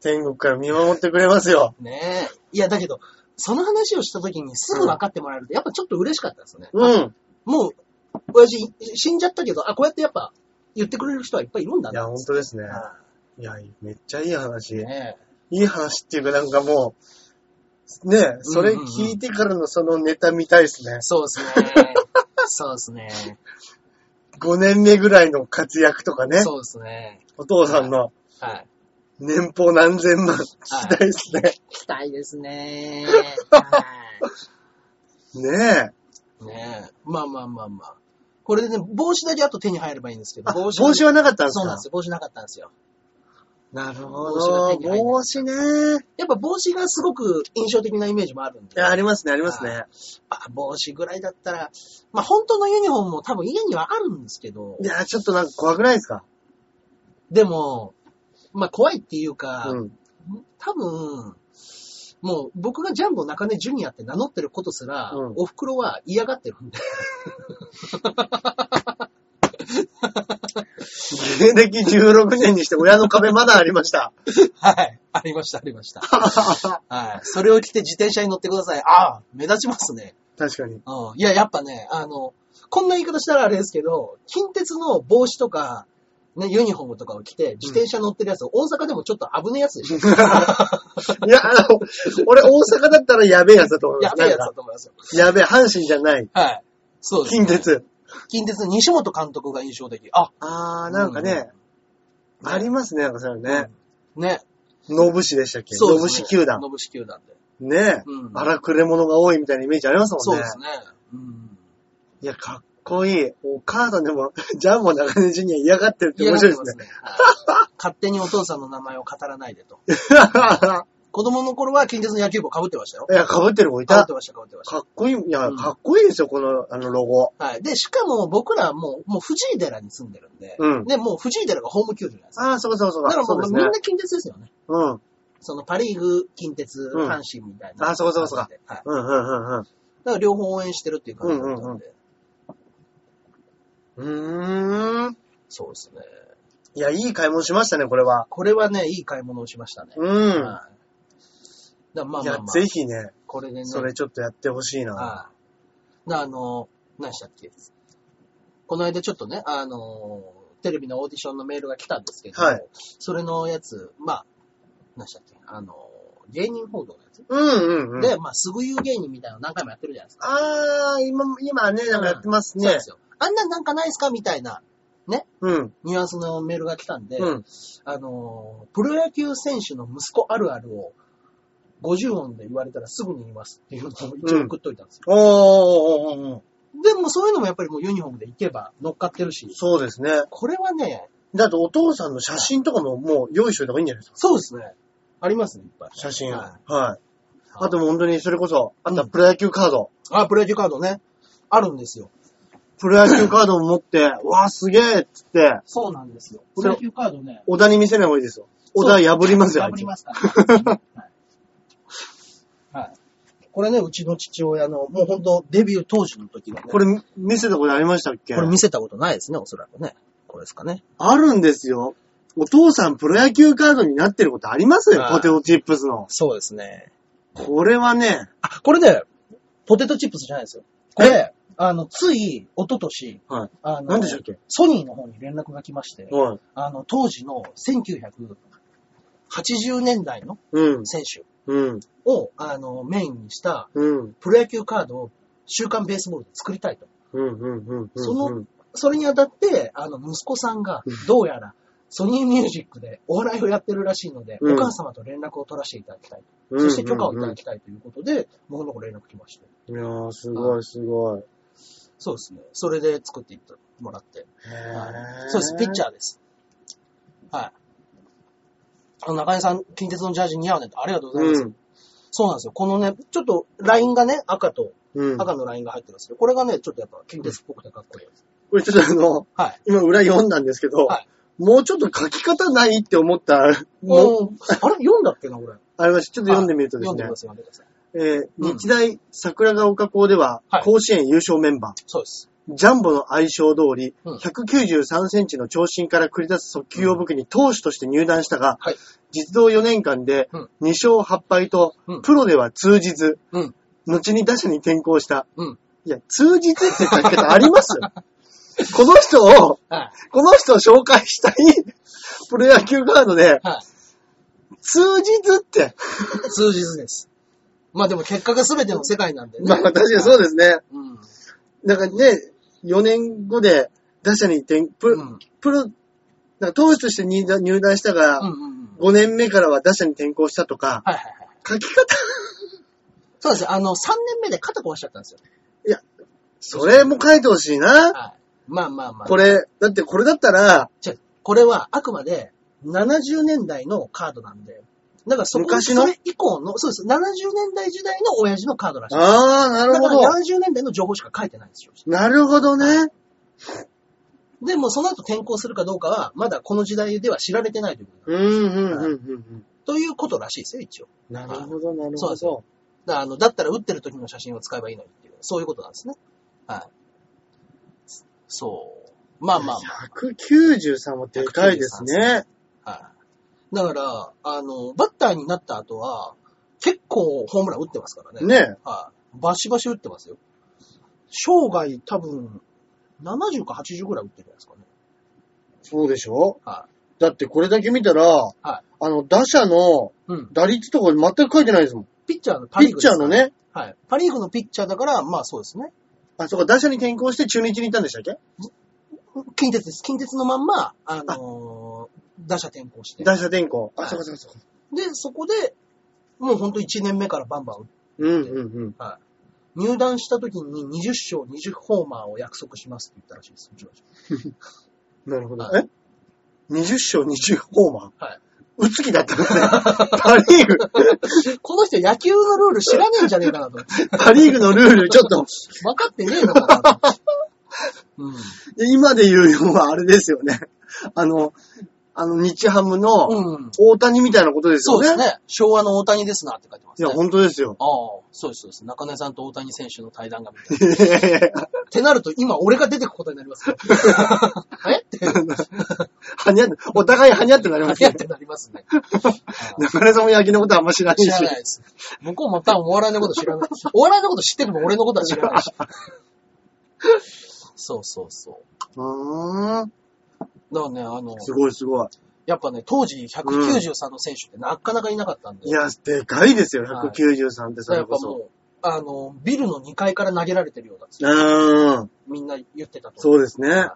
A: 天国から見守ってくれますよ。
C: え。ねえ。いや、だけど、その話をした時にすぐ分かってもらえると、やっぱちょっと嬉しかったですね。
A: うん。
C: もう、親父死んじゃったけど、あ、こうやってやっぱ言ってくれる人はいっぱいいるんだ
A: い
C: な。
A: や、本当ですね。
C: はい
A: や、めっちゃいい話。
C: いねえ。
A: いい話っていうか、なんかもう、ねえ、それ聞いてからのそのネタ見たいですね。
C: そうです ね。そうですね。
A: 5年目ぐらいの活躍とかね、
C: そうですね。
A: お父さんの
C: はい。
A: 年俸何千万聞きたいですね。
C: 期待です ね。は
A: ねえ。
C: い。ねえ。まあまあまあまあ。これでね、帽子だけあと手に入ればいいんですけど、
A: あ帽
C: 帽
A: 子
C: 子。
A: はなかったんですか
C: そうなんですよ。帽子なかったんですよ。
A: なるほ
C: ど
A: 帽子ね。
C: やっぱ帽子がすごく印象的なイメージもあるん
A: い
C: で。
A: や、あ
C: あ
A: りますね、ありますね。
C: 帽子ぐらいだったら、まあ本当のユニフォームも多分家にはあるんですけど
A: い、や、ちょっとなんか怖くないですか
C: でも、まあ怖いっていうか、
A: うん。
C: 多分、もう僕がジャンボ中根ジュニアって名乗ってることすら、
A: うん
C: お袋は嫌がってるんで。
A: 芸歴16年にして親の壁まだありました。
C: はい。ありました、あり ました。はい。それを着て自転車に乗ってください。ああ、目立ちますね。
A: 確かに。
C: うん。いや、やっぱね、あの、こんな言い方したらあれですけど、近鉄の帽子とか、ね、ユニフォームとかを着て、自転車乗ってるやつ、大阪でもちょっと危ねえやつで しょ。
A: いや、あの、俺大阪だったらやべえやつだと思いま
C: や
A: す。
C: べえやつ
A: なん
C: だ
A: か
C: と思いますよ。
A: やべえ、阪神じゃない。
C: はい。そうです。
A: 近鉄。
C: 近鉄の西本監督が印象的。あ、
A: あー、なんかね、
C: うん
A: ありますね、なんかそういうのね。
C: ね。
A: ノブ市でしたっけ
C: そう
A: ノ
C: で
A: ブ
C: す
A: 市
C: ね
A: 球団。
C: 野武士球団で。
A: ねえ
C: う。ん
A: 荒くれ者が多いみたいなイメージありますもんね。
C: そうですね。うん。
A: いや、かっこいい。お母さんでも、 ジャンボ中根ジュニア嫌がってるって
C: 嫌
A: 面
C: がっ
A: 白
C: て
A: いで
C: ま
A: ね。
C: すすね。勝手にお父さんの名前を語らないでと。子供の頃は近鉄の野球部を被ってました よ。
A: いや、被ってる子い。
C: 被ったてました、被ってました。
A: かっこいい。いや、
C: うん
A: かっこいいですよ、この、あの、ロゴ。
C: はい。で、しかも僕らはもう、もう藤井寺に住んでるんで、
A: うん
C: で、もう藤井寺がホーム球場じゃないですか。
A: ああ、そうそうそう。
C: だからも
A: そううです
C: み
A: ね
C: ん。な近鉄ですよね。
A: うん。
C: そのパリーグ、近鉄、
A: うん
C: 阪神みたいな。
A: あそうかそうかそうか
C: はい。だか
A: うん、うん、
C: ら両方応援してるっていう感じだったんで。
A: うん、うん。うーん。
C: そうですね。
A: いや、いい買い物しましたね、これは。
C: これはね、いい買い物をしましたね。
A: うん。
C: はい。だからまあ
A: い
C: ま
A: や
C: あ、まあ
A: ぜ、ひね、
C: これでね、
A: それちょっとやってほしいな。
C: はい。なあの、何したっけこの間ちょっとね、あの、テレビのオーディションのメールが来たんですけど、
A: はい
C: それのやつ、まあ、何したっけあの、芸人報道のやつ。
A: うん、うん、うん。
C: で、まあ、すぐ言う芸人みたいなの何回もやってるじゃないですか。
A: ああ、今、今ね、なんかやってます
C: そう
A: ね
C: で。すよ。あんなんなんかないですかみたいな
A: うん、
C: ニュアンスのメールが来たんで、
A: うん。
C: あの、プロ野球選手の息子あるあるを50音で言われたらすぐに言いますっていうのを一応送っといたんですよ。
A: おーおーおーおー
C: でもそういうのもやっぱりもうユニフォームで行けば乗っかってるし、
A: そうですね。
C: これはね、
A: だってお父さんの写真とかももう用意しといた方がいいんじゃないですか
C: そうですね。ありますね、いっぱい。
A: 写真。
C: はい
A: はい。あともう本当にそれこそ、あとはプロ野球カード。
C: あ、プロ野球カードね。あるんですよ。
A: プロ野球カードを持って、わあすげえっつって、
B: そうなんですよ。
A: そ
B: プロ
A: れ
B: 野球カードね。
A: 小田に見せない方がいいですよ。小田破りますよ、あ
B: 破
A: いつ
B: りますから。
C: これね、うちの父親の、もうほんとデビュー当時の時のね、
A: これ見せたことありましたっけ
C: これ見せたことないですね、おそらくね。これですかね。
A: あるんですよ。お父さんプロ野球カードになってることありますよ
C: は、い
A: ポテトチップスの。
C: そうですね。
A: これはね、
C: あ、これね、ポテトチップスじゃないですよ。これ、あの、つい、一昨年、
A: はい
C: あの
A: 何でしたっけ
C: ソニーの方に連絡が来まして、
A: はい。
C: あの、当時の1980年代の
A: うん、
C: 選手
A: うん、
C: を、あの、メインにした
A: うん、
C: プロ野球カードを週刊ベースボールで作りたいと。
A: うん、うん、うん。
C: その、それにあたって、あの、息子さんが、どうやら、ソニーミュージックでお笑いをやってるらしいので、
A: うん
C: お母様と連絡を取らせていただきたい。
A: うん
C: そして許可をいただ
A: き。
C: きたいということで、僕の方連絡来まして。
A: いやー、すごい、すごい。
C: そうですね。それで作っていってもらって。
A: へ
C: そうです、ピッチ
A: ャー。
C: ャーです。はい。あの中根さん、近鉄のジャージ似合うねってありがとうございます。
A: うん。
C: そうなんですよ。このね、ちょっとラインがね、赤と、
A: うん。
C: 赤のラインが入ってるんですけど、これがね、ちょっとやっぱ近鉄っぽくてかっこいいです。
A: これちょっとあの、
C: はい。
A: 今裏読んだんですけど、
C: はい
A: もうちょっと書き方ないって思った、もう、
C: もう、あれ読んだっけな、これ。
A: あれはちょっと読んでみるとで
C: 読
A: す
C: んで
A: ね
C: く、ださい、読んでください。
A: えー
C: うん
A: 日大桜ヶ丘校では
C: は、い
A: 甲子園優勝メンバー、
C: そうです。
A: ジャンボの愛称通り、
C: うん
A: 193センチの長身から繰り出す速球を武器に投手として入団したが、
C: はい
A: 実動4年間で
C: うん
A: 2勝8敗と、
C: うん
A: プロでは通じず、
C: うん
A: 後に打者に転向した。
C: うん
A: いや、通じずって書き方ありますこの人を、
C: はい。
A: この人を紹介したいプロ野球カードで、
C: は
A: 通じずって。
C: い。数日です。まあでも結果が全ての世界なんでね。
A: まあ、確かにそうですね。
C: うん。
A: なんかね、4年後で打者に転、プロ、
C: うん
A: プロ、なんか投手として入団入団したが、
C: うんうんうん。
A: 5年目からは打者に転向したとか、
C: はいはいはい。
A: 書き方、
C: そうです。あの、3年目で肩壊しちゃったんですよ。
A: それも書いてほしいな。
C: はい。まあまあまあ。
A: これ、だってこれだったら、
C: 違うこれはあくまで70年代のカードなんで、だからそこ
A: 昔の
C: それ以降の、そうです。70年代時代の親父のカードらしい。
A: ああ、なる
C: だ
A: ほ
C: から
A: ど。
C: 70年代の情報しか書いてないんですよ。
A: なるほどね。
C: でもその後転校するかどうかは、まだこの時代では知られてないということ,、
A: うん、うん、うん、うん。
C: ということらしいですよ、一応。
A: なるほど、なる
C: そう
A: ほ
C: ですよ
A: ど。
C: だからあのだったら打ってる時の写真を使えばいいのにっていう、そういうことなんですね。はい。そう。まあまあまあ。
A: 193はでかいですね。
C: はい。だから、あの、バッターになった後は、結構ホームラン打ってますからね。
A: ね
C: はい。バシバシ打ってますよ。生涯多分、70か80ぐらい打ってるんじゃないですかね。
A: そうでしょ
C: は
A: だってこれだけ見たら、
C: は
A: あの、打者の
C: い。うん。
A: 打率とか全く書いてないですもん。
C: ピッチャーのパ
A: ピ
C: リー
A: ッ
C: グ
A: チャーの。ね。
C: はい。パリーグのピッチャーだから、まあそうですね。
A: あ、そうか、打者に転向して中日に行ったんでしたっけ
C: 近鉄です。近鉄のまんま、あのー打者転向して。で、
A: 打者転向。あ、
C: はい
A: そうかそうかそうか。
C: そこで、もうほんと1年目からバンバン打って
A: うんうんうん。
C: 入団した時に20勝20ホーマーを約束しますって言ったらしいです。うちの父
A: なるほど。
C: は
A: え ?20 勝20ホーマー
C: はい。
A: 打つ気だったからね。パリーグ、
C: この人野球のルール知らねえんじゃねえかなと思って。
A: パリーグのルール、ちょっと、
C: 分かってねえのかなと思って。
A: 今で言うのはあれですよね。あの、あの、日ハム
C: う
A: の
C: ん。うん。
A: 大谷みたいなことです
C: そ
A: よ
C: う
A: ね。
C: ですね。昭和の大谷ですなって書いてま
A: い
C: すね。
A: や、本当ですよ。
C: ああ、そうです、そうです。中根さんと大谷選手の対談が見たい
A: いやいやいや
C: ってなると、今俺が出てくことになりますよ。えって、
A: はにゃって、お互いはにゃってなります
C: 何や
A: よ
C: っ。てなりますね。
A: 中根さんも野球のことあんま知らない
C: 知
A: し
C: ら。ないです。向こうも多分お笑いのこと知らない。お笑いのこと知ってても俺のことは知らないし。そうそうそう。
A: うーん。
C: だからね、あの、
A: すごいすごい。
C: やっぱね、当時193の選手ってなかなかいなかったんで、
A: いや、でかいですよ、
C: はい
A: 193ってそ
C: や
A: れ
C: っぱ
A: こそ。
C: もう、あの、ビルの2階から投げられてるようだっ
A: う
C: て
A: ーん。
C: みんな言ってたと。
A: そうですね。
C: だ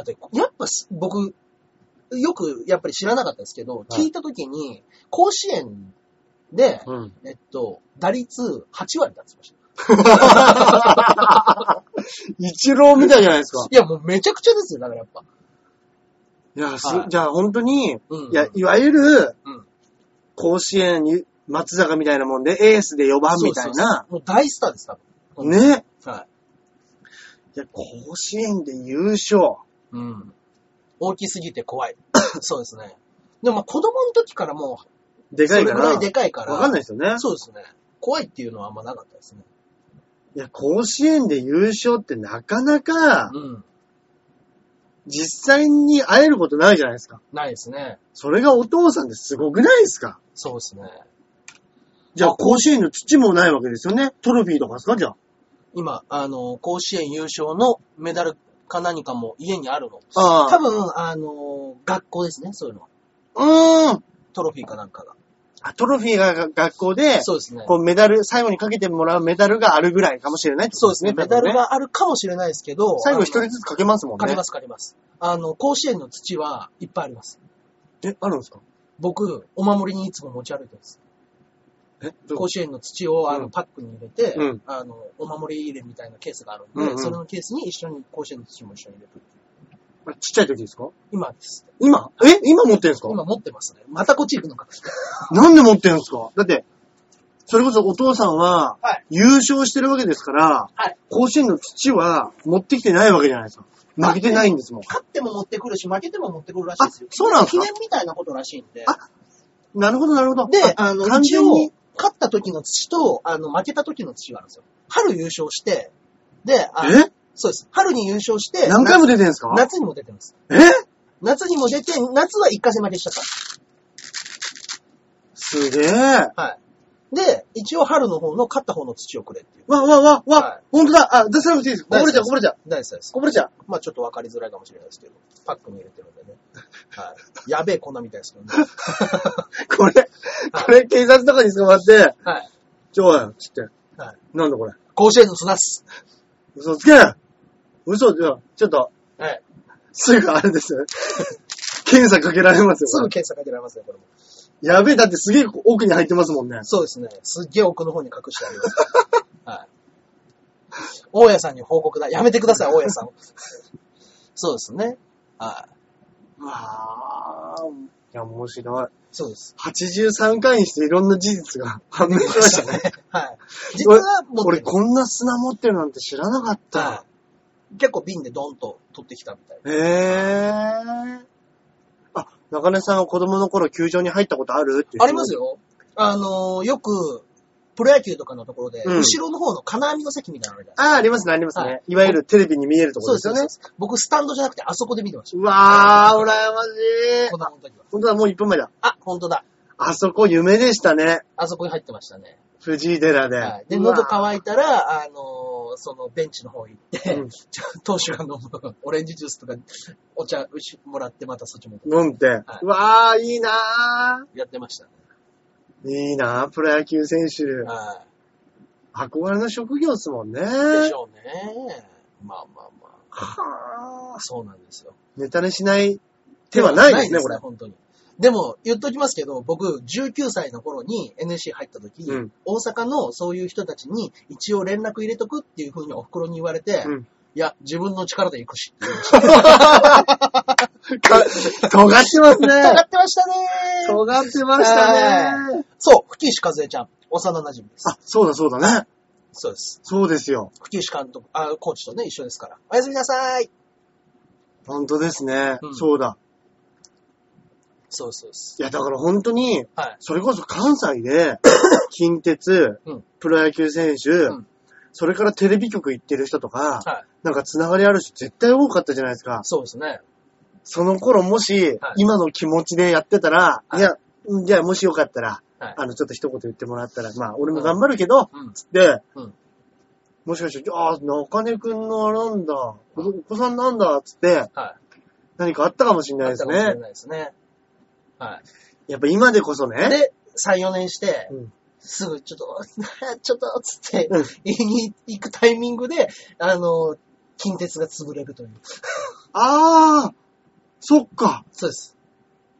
C: って、やっぱす僕、よくやっぱり知らなかったですけど、
A: はい
C: 聞いた時に、甲子園で、
A: うん。
C: えっと、打率8割だって言ってました。
A: 一郎みたいじゃないですか。
C: いや、もうめちゃくちゃですよ、だからやっぱ。
A: いや、す
C: はい
A: じゃあ本当に、
C: うん
A: いや、いわゆる
C: うん、
A: 甲子園に松坂みたいなもんで、エースで4番みたいな。
C: そうそうそうもう大スターです、多分。。
A: ね。
C: はい。
A: いや、甲子園で優勝。
C: うん。大きすぎて怖い。 そうですね。でもまあ子供の時からもう、
A: で
C: そ
A: か
C: れ
A: い
C: ぐ
A: から
C: い。でかいから。
A: わかんない
C: い。
A: ですよね。
C: そうですね。怖いっていうのはあんまなかったですね。
A: いや、甲子園で優勝ってなかなか、
C: うん。
A: 実際に会えることないじゃないですか。
C: ないですね。
A: それがお父さんってすごくないですか
C: そうですね。
A: じゃあ甲子園の土もないわけですよね。トロフィーとかですかじゃあ。
C: 今、あの、甲子園優勝のメダルか何かも家にあるの。
A: あ
C: 多分、あの、学校ですね、そういうのは。
A: あ。うーん。
C: トロフィーかなんかが。
A: あトロフィーが学校で、
C: そうですね。
A: こうメダル、最後にかけてもらうメダルがあるぐらいかもしれないってこ
C: そう
A: と
C: ですね。
A: 多
C: メ
A: 分
C: ダルがあるかもしれないですけど。
A: 最後一
C: あ
A: 人
C: の
A: ずつかけますもんね。
C: 借ります、借ります。あの、甲子園の土はいっぱいあります。
A: え、あるんですか
C: 僕、お守りにいつも持ち歩いてます。
A: え、どう
C: 甲子園の土をあ
A: う
C: の
A: ん
C: パックに入れて、
A: うん
C: あの、お守り入れみたいなケースがあるんで、
A: うんうん
C: それのケースに一緒に甲子園の土も一緒に入れてる。
A: あちっちゃい時ですか
C: 今です。
A: 今え今持ってんすか
C: 今持ってますね。またこっち行くのか。
A: なんで持ってんすかだって、それこそお父さんは
C: はい、
A: 優勝してるわけですから、
C: はい
A: 甲子園の土は持ってきてないわけじゃないですか。負けてないんですもん。
C: 勝っても持ってくるし、負けても持ってくるらしい
A: あ
C: ですよ、。
A: そうなんです
C: 記
A: か
C: 念みたいなことらしいんで。
A: あ なるほど、なるほど。
C: で、あの、
A: 完
C: 一
A: 全
C: 応
A: に、、
C: 勝った時の土と、あの、負けた時の土があるんですよ。春優勝して、で、あの
A: え
C: そうです。春に優勝して、
A: 何回も出てんすか
C: 夏にも出てます。
A: え
C: 夏にも出て、夏は一回戦負けしちゃっ
A: すげえ。わ、
C: た。はい。で、一応春の方の勝った方の土をくれっていう。
A: わ、わ、わ、
C: はい
A: ほんとだ。あ、出さなくていいです。こぼれちゃう、こぼれちゃう。
C: 大好きです。
A: こぼれちゃう。
C: まあちょっと分かりづらいかもしれないですけど、パックに入れてるんでね。はい。やべえ、こんなみたいですけどね。
A: これ、 これ警察とかに捕まって、
C: はい。
A: ちょ、おい、つって。
C: はい
A: なんだこれ。
C: 甲子園の砂っす。
A: 嘘つけない嘘、じゃあちょっと、
C: はい。
A: すぐあれですよ。 検査かけられますよ。
C: すぐ検査かけられますね、これも。
A: やべえ、だってすげえ奥に入ってますもんね。
C: そうですね。すっげえ奥の方に隠してあります。 はい。大家さんに報告だ。やめてください、大家さん。そうですね。はい。
A: わあ、いや、面白い。
C: そうです。
A: 83回にしていろんな事実が判明しました ね。
C: はい。実は、も
A: 俺、こんな砂持ってるなんて知らなかった。
C: はい結構瓶でドンと取ってきたみたい
A: へえ。あ、中根さんは子供の頃球場に入ったことあるっていう
C: な。あります。よ。あのー、よく、プロ野球とかのところで、
A: うん
C: 後ろの方の金網の席みたいなのあるじゃない
A: ああ、ありますね、ありますね。、
C: はい
A: わゆるテレビに見えるところです
C: そう
A: よ
C: です
A: ね
C: よね。。僕、スタンドじゃなくて、あそこで見てまし
A: うわあ、羨ましい
C: た。。子供の時は。
A: 本当だ、もう1分前だ。
C: あ、本当だ。
A: あそこ夢でしたね。
C: あそこに入ってましたね。
A: 藤井寺で。
C: はい。で、
A: うわ
C: 喉乾いたら、あのーそのベンチの方行って、
A: うん
C: ちょ当主が飲むオレンジジュースとか、お茶うしもらって、またそっちも
A: 飲んで。うわあ、いいなあ。
C: やってましたね。
A: いいなあ、プロ野球選手。
C: は
A: 憧れの職業っすもんね。
C: い。でしょうね。まあまあまあ。
A: はあ。
C: そうなんですよ。
A: ネタにしない手はないですね、これ。
C: 本当に。でも、言っときますけど、僕、19歳の頃に NSC 入った時、
A: うん
C: 大阪のそういう人たちに一応連絡入れとくっていう風にお袋に言われて、
A: うん
C: いや、自分の力で行くしって言いました。
A: 尖ってます ね。
C: 尖ってましたねー
A: 尖ってましたね。
C: そう、吹石和江ちゃん、幼馴染みです。
A: あ、そうだそうだね。
C: そうです。
A: そうですよ。
C: 吹石監督、あ、コーチとね、一緒ですから。おやすみなさい
A: 本当ですね。
C: うん
A: そうだ。
C: そうです、そうです。
A: いや、だから本当に、
C: はい。
A: それこそ関西 で、近鉄
C: うん、
A: プロ野球選手、
C: ん
A: それからテレビ局行ってる人とか、
C: はい。
A: なんかつながりある人絶対多かったじゃないですか。
C: そうですね。
A: その頃もし
C: はい、
A: 今の気持ちでやってたら、
C: はい
A: いや、うんじゃあもしよかったら、
C: はい
A: あの、ちょっと一言言ってもらったら、まあ、俺も頑張るけど、
C: うん。
A: つって、
C: うん
A: もしかして、ああ、中根くんのなんだ、おお子さんなんだ、つって、
C: は
A: 何かあったかもしれ
C: い。
A: ないです
C: あったかもしれ
A: ね。
C: ないですね。はい。
A: やっぱ今でこそね、
C: で、3、4年して、
A: うん
C: すぐちょっと、 ちょっと、つって
A: うん、
C: 家に行くタイミングで、あの、近鉄が潰れるという。
A: ああ、そっか、
C: そうです。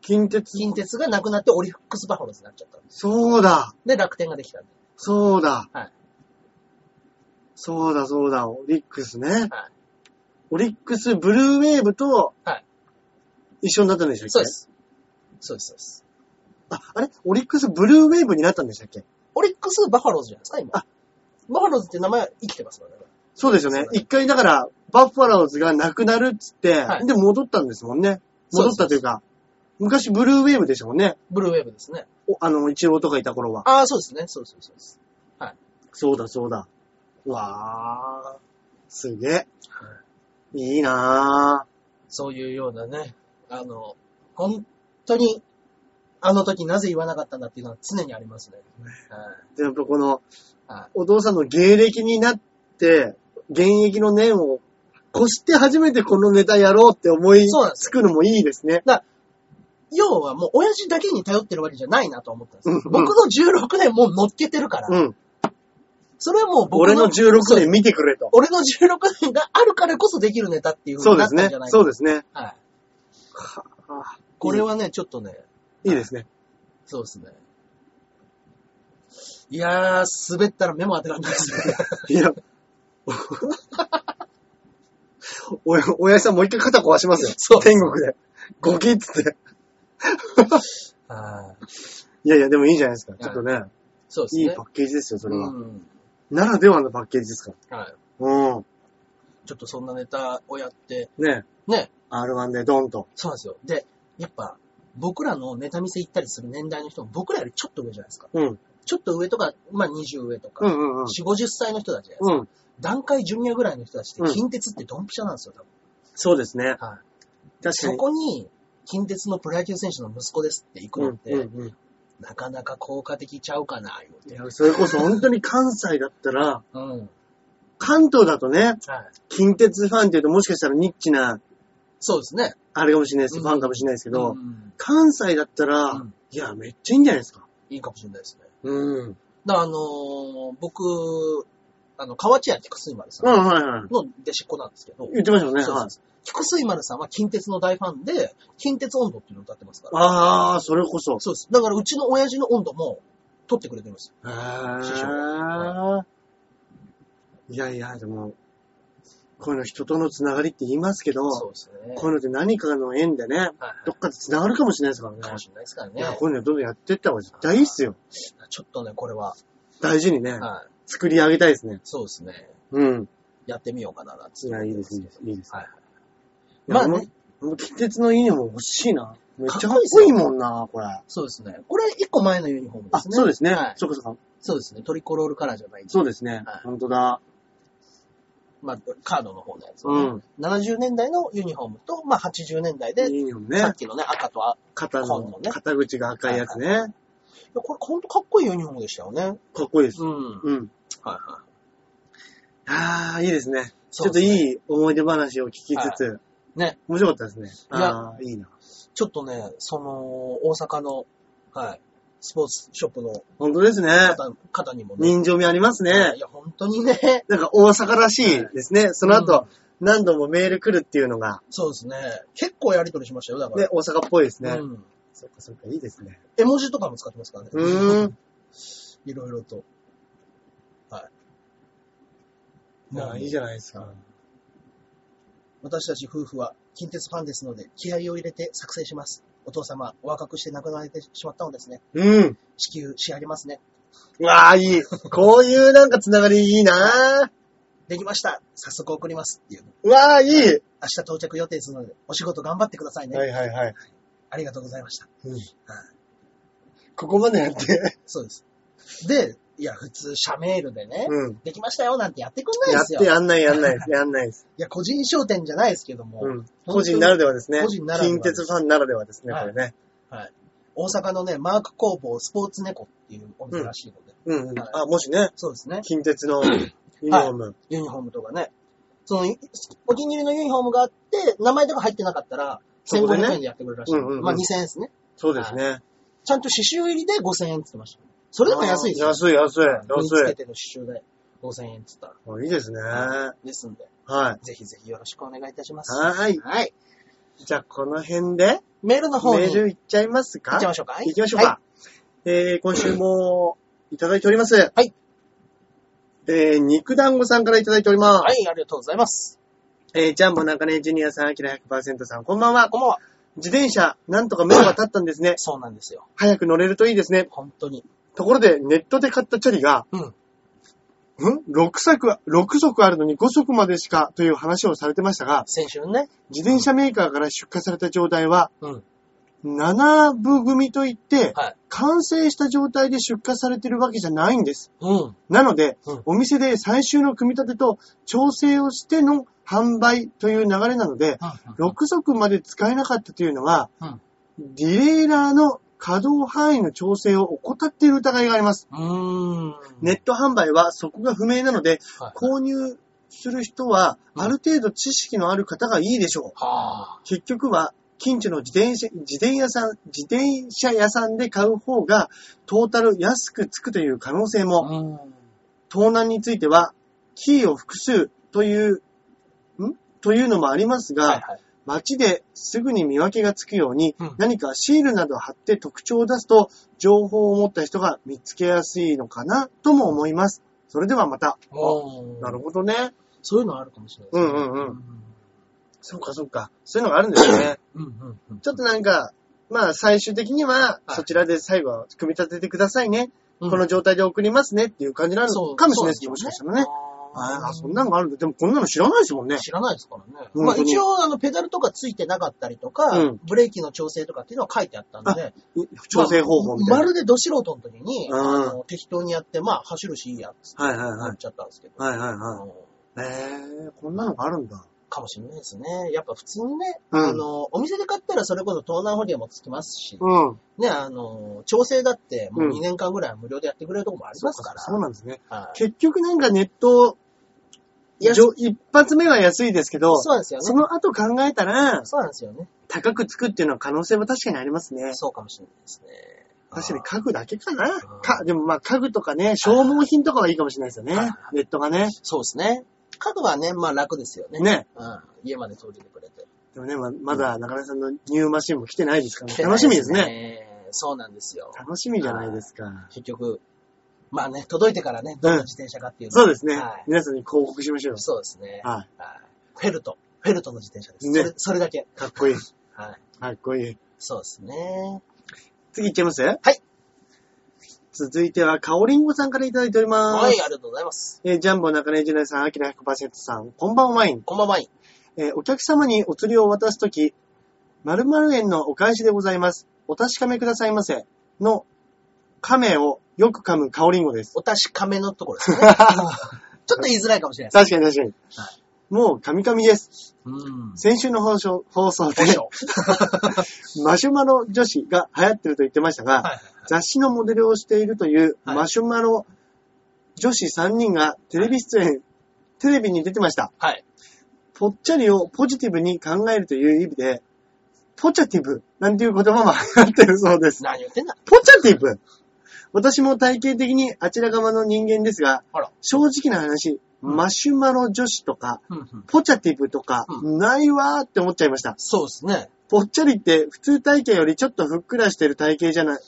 A: 近鉄、
C: 近鉄がなくなってオリックスバファローズになっちゃったんです。
A: そうだ、
C: で、楽天ができたんで。
A: そうだ、
C: はい
A: そうだ、そうだ、オリックスね、
C: はい
A: オリックスブルーウェーブと
C: はい、
A: 一緒になったんでしたっけ
C: そうで。す。そうです、そうです。
A: あ、あれオリックスブルーウェーブになったんでしたっけ
C: オリックスバファローズじゃないですか、今。
A: あ
C: バファローズって名前は生きてますもんね。
A: そうですよね
C: そう。だ
A: 一回だから、バッファローズがなくなるっつって、
C: はい
A: で、戻ったんですもんね。戻ったというか、昔ブルーウェーブでしたもんね。
C: ブルーウェーブですね。
A: おあの、一郎とかいた頃は。
C: ああ、そうですね。そうそうそうです。
A: そうだ、そうだ。うわー。すげえ。いいなぁ。
C: そういうようなね、あの、本当に、あの時なぜ言わなかったんだっていうのは常にありますね。はい
A: でやっぱこの
C: はい、
A: お父さんの芸歴になって、現役の念を越して初めてこのネタやろうって思い
C: そうなんです
A: つくのもいいですね。
C: 要はもう親父だけに頼ってるわけじゃないなと思ったんですよ。
A: うん
C: 僕の16年もう乗っけてるから、
A: うん。
C: それはもう僕
A: 俺の16
C: そう
A: 年見てくれと。
C: 俺の16年があるからこそできるネタっていう風
A: そう
C: に
A: で
C: なっ
A: す
C: たん
A: ね
C: じゃな。いか
A: そう
C: な。
A: ですね。
C: はい。
A: はあ
C: これはね、ちょっとね、
A: いいですね。
C: そうですね。いやー、滑ったら目も当てらんないですね。
A: いや、おや、おやじさんもう一回肩壊しますよ。
C: そ う
A: 天国で。ゴキッつって。
C: はい
A: いやいや、でもいいじゃないですか。
C: い
A: ちょっとね、
C: そうですね。
A: いいパッケージですよ、それは。
C: うん。
A: ならではのパッケージですから。
C: はい。
A: うん。
C: ちょっとそんなネタをやって、
A: ね。
C: ね。
A: R1 でドンと。
C: そうなんですよ。で、やっぱ、僕らのネタ見せ行ったりする年代の人も僕らよりちょっと上じゃないですか。
A: うん。
C: ちょっと上とか、まあ20上とか、
A: うんうんうん。
C: 4、50歳の人たちじゃないですか。
A: うん。
C: 段階ジュニアぐらいの人たちっ
A: う
C: て、
A: ん
C: 近鉄ってドンピシャなんですよ、多分。
A: そうですね。
C: はい。
A: 確か
C: そ
A: に。
C: こに、近鉄のプロ野球選手の息子ですって行くのって、
A: うんうんうん
C: なかなか効果的ちゃうかな、言う
A: い
C: て。
A: やそれこそ本当に関西だったら、
C: うん。はい。
A: 関東だとね、近鉄ファンっていうともしかしたらニッチな、
C: そうですね。
A: あれかもしれないです、
C: うん
A: ファンかもしれないですけど、
C: うん
A: 関西だったら、
C: うん
A: いや、めっちゃいいんじゃないですか。
C: いいかもしれないですね。
A: うん。
C: だからあのー僕、あの、河内屋菊水丸さ
A: うんん、はいはい。
C: の弟子っ子なんですけど、
A: 言ってましたよね。
C: そう
A: はい
C: そ。
A: う
C: そう菊水丸さんは近鉄の大ファンで、近鉄温度っていうのを歌ってますから。
A: ああ、それこそ。
C: そうです。だからうちの親父の温度も取ってくれてるんですよ。
A: へ
C: 師匠
A: ーいやいや、でも、こういうの人とのつながりって言いますけど、
C: そうですね。
A: こういうのって何かの縁でね、
C: はい
A: どっかでつながるかもしれないですからね
C: はい。か。もしれないですから
A: い
C: ね
A: や、。こういうのどんどんやっていった方が絶対いいっすよ。
C: ちょっとね、これは、
A: 大事にね、
C: はい。
A: 作り上げたいですね。
C: そうですね。
A: うん。
C: やってみようかな、なんつ
A: い
C: って
A: や、
C: 思
A: い
C: っ
A: いで、
C: てます
A: いいです。いいです。
C: はい
A: いや
C: まあね。
A: 俺も近鉄のユニフォーム欲しいな。めっちゃか
C: か
A: っこ
C: っこ
A: い
C: い
A: い
C: い
A: もんな、これ。
C: そうですね。これ一個前のユニフォームで
A: あ、
C: すね。
A: そうですね。
C: はい。
A: そうかそうか。
C: そうですね。トリコロールカラーじゃない。
A: そうですね
C: はい。
A: ほんとだ。
C: まあ、カードの方のやつ、
A: う
C: ね
A: ん。
C: 70年代のユニフォームと、まあ80年代で、
A: ユニフォーム
C: さ
A: ね
C: っ。きのね、赤とあ、
A: 肩
C: 今
A: の
C: 度、ね
A: 肩口が赤いやつね。
C: いやこれほんとかっこいいユニフォームでしたよね。
A: かっこいいです。
C: ん。はい
A: うん。
C: は
A: ああ、いいですね。
C: い。
A: ちょっといい思い出話を聞きつつ。
C: いね。
A: 面白かったですね。
C: いや
A: ああ、いいな。
C: ちょっとね、その、大阪の、はい、スポーツショップの
A: ほんとですね。
C: 方方にもね、
A: 人情味ありますね
C: い。や、本当にね、
A: なんか大阪らしいですね。その後、何度もメール来るっていうのが、
C: そうですね、結構やりとりしましたよ、だから。
A: ね、大阪っぽいですね。
C: うん。
A: そっかそっか、いいですね。
C: 絵文字とかも使ってますからね。
A: うーん。
C: いろいろと。はい。
A: ま
C: ま
A: あ、
C: あ
A: い
C: い
A: い
C: い
A: じ
C: じ
A: ゃ
C: ゃ
A: ないですか。
C: 私たち夫婦は近鉄ファンですので、気合を入れて作成します。お父様、お若くして亡くなられてしまったのですね。
A: うん。
C: 支給しあげますね。
A: うわあ、いい。こういうなんかつながりいいな
C: できました早速送りますっていう。
A: うわあ、いい。
C: 明日到着予定ですので、お仕事頑張ってくださいね。
A: はいはいはい。
C: ありがとうございました。
A: ここまでやって。
C: そうです。で、いや、普通、社メールでね、
A: うん。
C: できましたよなんてやってくんない
A: や
C: で
A: っ
C: すよ。
A: てやんないやんないです。やんないです。
C: いや、個人商店じゃないですけども、
A: うん。個人ならではですね。
C: 個人ならでは
A: 近鉄ファンならではですね、
C: はい
A: これね。
C: 大阪のね、マーク工房スポーツ猫っていうお店らしいので、
A: うんうん。
C: はい
A: あ、もしね、
C: そうですね、
A: 近鉄のユニフォーム。
C: ユニフォームとかね、その、いお気に入りのユニフォームがあって、名前とか入ってなかったら、
A: そこでね
C: 1500円でやってくれるらしい。
A: うんうんうん
C: まあ2000円ですね。
A: そうですね。
C: ちゃんと刺繍入りで5000円って言ってました。それでも安いですよ。
A: 安い安い。
C: 縫い付
A: 安
C: けての刺繍で5000円って言ったら。
A: い。あいいですね。は
C: ですんで、
A: い。
C: ぜひぜひよろしくお願いいたします。
A: はい。
C: はい。
A: じゃあ、この辺で、
C: メールの方に
A: メー
C: 行っ
A: ルいっちゃいますか
C: ちゃいましょうか。
A: 行きましょうか。えー、今週もいただいております。
C: はい。
A: えー、肉団子さんからいただいております。
C: はい。はい、ありがとうございます。
A: えー、ジャンボ中根ジュニアさん、アキラ100%さん、こんばんは
C: こ。んばんは。
A: 自転車、なんとか目が立ったんですね。
C: そうなんですよ。
A: 早く乗れるといいですね。
C: 本当に。
A: ところで、ネットで買ったチャリが、
C: うん。
A: ん ?6 足、6足あるのに5足までしかという話をされてましたが、
C: 先週ね。
A: 自転車メーカーから出荷された状態は、
C: うん。
A: 7部組といって、
C: はい。
A: 完成した状態で出荷されてるわけじゃないんです。
C: うん。
A: なので、
C: うん
A: お店で最終の組み立てと調整をしての販売という流れなので、6足まで使えなかったというのは、
C: うん
A: ディレイラーの稼働範囲の調整を怠っている疑いがあります。
C: うーん。
A: ネット販売はそこが不明なので、
C: はい。
A: 購入する人は
C: うん
A: ある程度知識のある方がいいでしょう。
C: はあ。
A: 結局は近所の自転車、自転屋さん、自転車屋さんで買う方がトータル安くつくという可能性も、
C: うん。
A: 盗難については、キーを複数という、んというのもありますが、
C: はいはい。
A: 街ですぐに見分けがつくように、
C: うん
A: 何かシールなどを貼って特徴を出すと、情報を持った人が見つけやすいのかなとも思います。それではまた。
C: おー
A: なるほどね。
C: そういうのはあるかもしれないで
A: うん
C: すね。
A: うんうん。
C: ん。
A: そうかそうか。そういうのがあるんですね。
C: うんうんうん。
A: ちょっとなんか、まあ最終的には、
C: い
A: そちらで最後は組み立ててくださいね。
C: うん
A: この状態で送りますねっていう感じな
C: そ
A: の
C: う
A: かもしれないです
C: そう
A: もしかしたらね。
C: あー
A: ああ、そんなのがあるんだ。でもこんなの知らないですもんね。
C: 知らないですからね。
A: うん
C: まあ一応、あの、ペダルとかついてなかったりとか、
A: うん
C: ブレーキの調整とかっていうのは書いてあったんで、
A: 調整方法みた
C: ま
A: い
C: あま
A: な。
C: るでど素人の時に、
A: うん
C: あの適当にやって、まあ走るしいいや、つって
A: はいはい
C: な
A: は
C: っ
A: い。
C: ちゃったんですけど、
A: はいはい
C: あ
A: は
C: の
A: い。へえ、こんなのがあるんだ。
C: かもしれないですね。やっぱ普通にね、
A: うん
C: あの、お店で買ったらそれこそ東南保険もつきますし、
A: うん。
C: ね、あの、調整だってもう
A: うん
C: 2年間ぐらいは無料でやってくれるとこもありますから。
A: そうなんですね。
C: はい
A: 結局なんかネット、
C: 安い
A: 上一発目は安いですけど、
C: そうなんですよ
A: そ
C: ね。
A: の後考えたら、
C: そうなんですよね。
A: 高くつくっていうのは可能性は確かにありますね。
C: そうかもしれないですね。
A: 確かに家具だけかな
C: うん。
A: か、でもまあ家具とかね、消耗品とかはいいかもしれないですよね。
C: う
A: ネットがね。
C: そうですね。家具はね、まあ楽ですよね。
A: ね。
C: うん。家まで届けてくれて。
A: でもね、ままだ中根さんのニューマシンも来てないですから、楽しみですね。
C: ね。そうなんですよ。
A: 楽しみじゃないですか。
C: 結局、まあね、届いてからね、どんな自転車かっていうのは
A: そうですね
C: はい。
A: 皆さんに広告しましょうよ。
C: そうですね。
A: は
C: はいフェルト。フェルトの自転車です。
A: ね
C: それそれだけ。
A: い。かっこいい。
C: はい。
A: かっこいい。
C: そうですね。。
A: 次行っちゃいますはい続いては、かおりんごさんからいただいております。
C: はい、ありがとうございます。
A: えージャンボ中根ジュネさん、アキラ100%さん、こんばんはイン。
C: こんばんは。
A: えーお客様にお釣りを渡すとき、〇〇円のお返しでございます。お確かめくださいませ。の、亀をよく噛むかおりんごです。
C: お確かめのとこ ろですね。ちょっと言いづらいかもしれないで
A: 確かに確かに。もう、カミカミです。
C: す。うん。
A: 先週の放送放送で
C: で、しょ。
A: マシュマロ女子が流行ってると言ってましたが、
C: はいはい
A: 雑誌のモデルをしているという
C: はい
A: マシュマロ女子3人がテレビ出演、テレビに出てました。
C: はい。
A: ぽっちゃりをポジティブに考えるという意味で、ポチャティブなんていう言葉も流行ってるそうです。
C: 何言ってんだ
A: ポチャティブ私も体型的にあちら側の人間ですが、
C: あら。
A: 正直な話、
C: うん
A: マシュマロ女子とか、
C: うんうん
A: ポチャティブとか、
C: う
A: ないわーって思っちゃいました。
C: そうですね。
A: ぽっちゃりって普通体型よりちょっとふっくらしてる体型じゃない、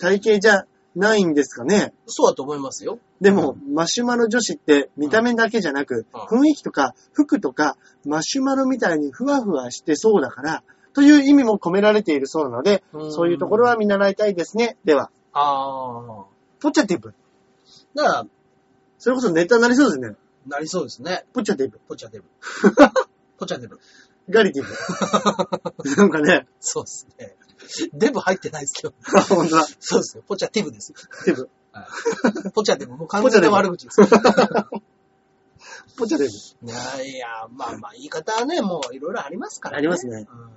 A: 体型じゃないんですかね。
C: そうだと思いますよ。
A: でも、マシュマロ女子って見た目だけじゃなく、
C: うん
A: 雰囲気とか服とかマシュマロみたいにふわふわしてそうだから、という意味も込められているそうなので、
C: うん
A: そういうところは見習いたいですね。では、
C: ああ。
A: ポチャティブ。
C: だから、
A: それこそネタになりそうですね。
C: なりそうですね。
A: ポチャティブ。
C: ポチャデ ブ。ポチャデブ。
A: ガリティ ブ。なんかね、
C: そうですね。デブ入ってないですけど。
A: あ本当だ。
C: そうですね。ポチャティブです。
A: ティブ。
C: はいポチャデブ。もう完全な悪口です。
A: ポチャティブ。
C: いやいや、まあまあ、言い方はね、もういろいろありますからね。
A: ありますね
C: うん。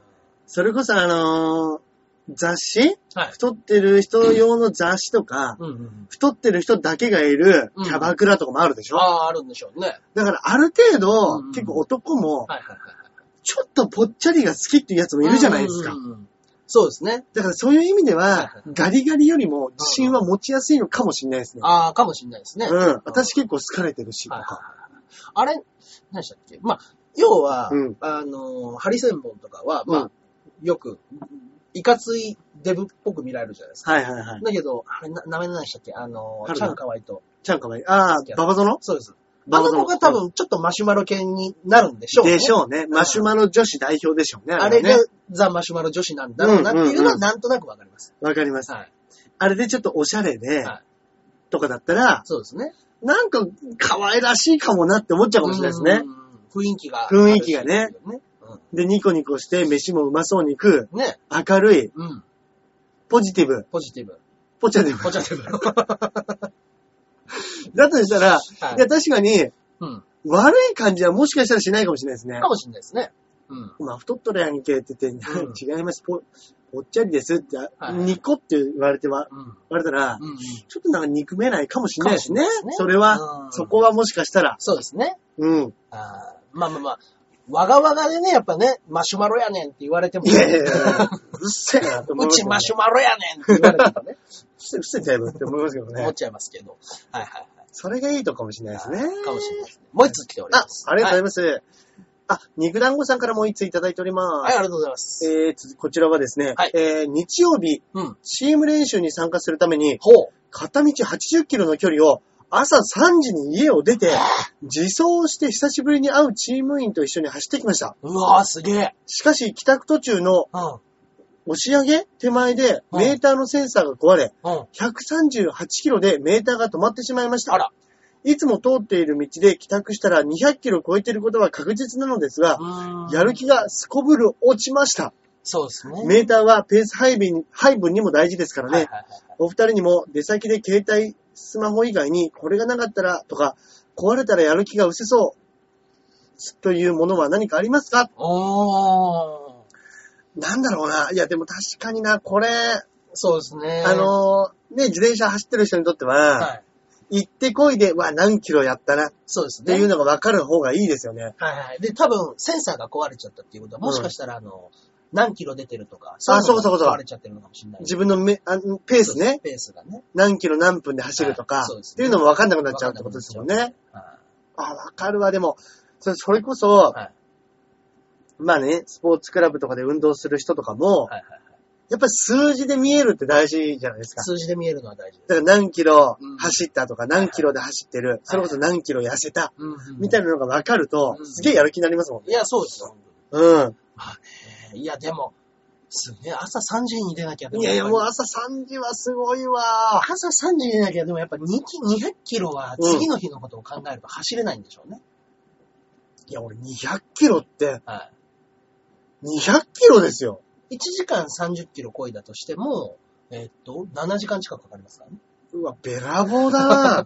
A: それこそあのー雑誌
C: はい。
A: 太ってる人用の雑誌とか、
C: うんうんうん。
A: 太ってる人だけがいる
C: うん
A: キャバクラとかもあるでしょ、
C: ああ、あるんでしょうね。はい
A: だからある程度、
C: うん
A: 結構男も、
C: はいはい。
A: ちょっとぽっちゃりが好きっていうやつもいるじゃないですか。
C: うんうんうん。そうですね。
A: だからそういう意味で
C: はい
A: は
C: は、
A: ガリガリよりも自信は持ちやすいのかもしれないですね。
C: ああ、かもしれないですね。
A: うん。私結構好かれてるし。
C: はいはいはい。あれ、何でしたっけまあ、要は、
A: うん
C: あの、ハリセンボンとかは、まあ、
A: うん
C: よく、いかついデブっぽく見られるじゃないですか。
A: はいはいはい。
C: だけど、あれ、な、名前何でしたっけあの、
A: 春菜
C: チャンカワイと。
A: ちゃんかわいい。ああ、ババゾノ
C: そうです。あ
A: ババ
C: の
A: ゾノ
C: 子が多分、ちょっとマシュマロ犬になるんでしょうね。
A: でしょうね。マシュマロ女子代表でしょうね。
C: あれ
A: ね
C: が。ザ・マシュマロ女子なんだろうなっていうのはなんとなくわかります。
A: わかります。
C: はい。
A: あれでちょっとおしゃれで
C: はい、
A: とかだったら、
C: そうですね。
A: なんか可愛らしいかもなって思っちゃうかもしれないですね。
C: うん。雰囲気が。
A: 雰囲気がね。
C: う
A: で、ニコニコして飯もうまそうに食う。
C: ん。ね。
A: 明るい。
C: うん。
A: ポジティブ。
C: ポジティブ。
A: ポチャティブ
C: ポ。ジティブ。
A: だとしたら、
C: はい
A: いや確かに、
C: うん。
A: 悪い感じはもしかしたらしないかもしれないですね
C: か。もしれないですね。うん。
A: まあ、太っとるやんけって言って、
C: うん
A: 違います、ぽ、ぽっちゃりですって、
C: い
A: ニコって言われては、
C: うん。
A: 言われたら、
C: うん。
A: ちょっとなんか憎めないかもしれないですね
C: かもしれないですね。
A: それは
C: う、ん
A: そこはもしかしたら、
C: そうですね。
A: うん。
C: あーまあまあまあ。わがわがでね、やっぱね、マシュマロやねんって言われても、
A: いやいやいや、 うっせえなと思いうますけ
C: ち
A: どね。
C: マシュマロやねんって言われてもね、
A: うっせえ、うっせえだいぶって思いますけど
C: 思っ
A: ね。
C: ちゃいますけど。はいはいはい。
A: それがいいとかもしれないですね。
C: かもしれないですね。もう一つ来ており
A: あ
C: ます。、
A: ありがとうござい
C: ま
A: ます。あ、肉団子さんからもう一ついただいております。
C: はい、はいありがとうございます。
A: えーつこちらはですね、
C: はい
A: えー日曜日、
C: うん。
A: チーム練習に参加するために、
C: ほう。
A: 片道80キロの距離を朝3時に家を出て、自走して久しぶりに会うチーム員と一緒に走ってきました。
C: うわーすげえ。
A: しかし、帰宅途中の
C: うん。
A: 押し上げ手前で
C: うん
A: メーターのセンサーが壊れ、
C: うん。
A: 138キロでメーターが止まってしまいまし
C: あ
A: た。
C: ら。
A: いつも通っている道で帰宅したら200キロ超えていることは確実なのですが、
C: うーん
A: やる気がすこぶる落ちました。
C: そうですね。
A: メーターはペース配分配分にも大事ですからね。
C: はいはいはいはい。
A: お二人にも出先で携帯、スマホ以外にこれがなかったらとか、壊れたらやる気が失せそうというものは何かありますか
C: おー。
A: なんだろうな。いや、でも確かにな、これ、
C: そうですね。
A: あのーね、自転車走ってる人にとっては、
C: はい。
A: 行ってこいで、わ、何キロやったなっ
C: そうです
A: て
C: ね
A: いう。のが分かる方がいいですよね。
C: はいはい。で、多分、センサーが壊れちゃったっていうことは、もしかしたら、あの、何キロ出てるとか、
A: そう
C: いのが
A: そうそうそう
C: 壊れちゃってるのかもしれない。
A: 自分のめあのペースね、
C: ペースがね。
A: 何キロ何分で走るとか、
C: はいそうです
A: っ
C: ね
A: ていうのも分かんなくなっちゃうってことですもんね。
C: は
A: あ、分かるわ、でも、それそれこそ、
C: い。はい
A: まあね、スポーツクラブとかで運動する人とかも、
C: はいはい。
A: やっぱり数字で見えるって大事じゃないですか。
C: 数字で見えるのは大事です。
A: だから何キロ
C: うん
A: 走ったとか、何キロで走ってる、それこそ何キロ痩せた、
C: うん、
A: みたい
C: な。
A: なのが分かると
C: う、ん
A: すげえやる気になりますもん
C: い
A: ね。
C: や、そうですよ。
A: うん。
C: えーいや、でも、すげえ、朝3時に出なきゃで
A: いやいや、もう
C: う、
A: 朝3時はすごいわ。
C: 朝3時に出なきゃ、でもやっぱ2キ200キロは次の日のことを考えると走れないんでしょうね。
A: いや、俺200キロって、
C: は
A: 200キロですよ。
C: い。1時間30キロ超えだとしても、えーっと、7時間近くかかりますからね。
A: うわ、べらぼうだな。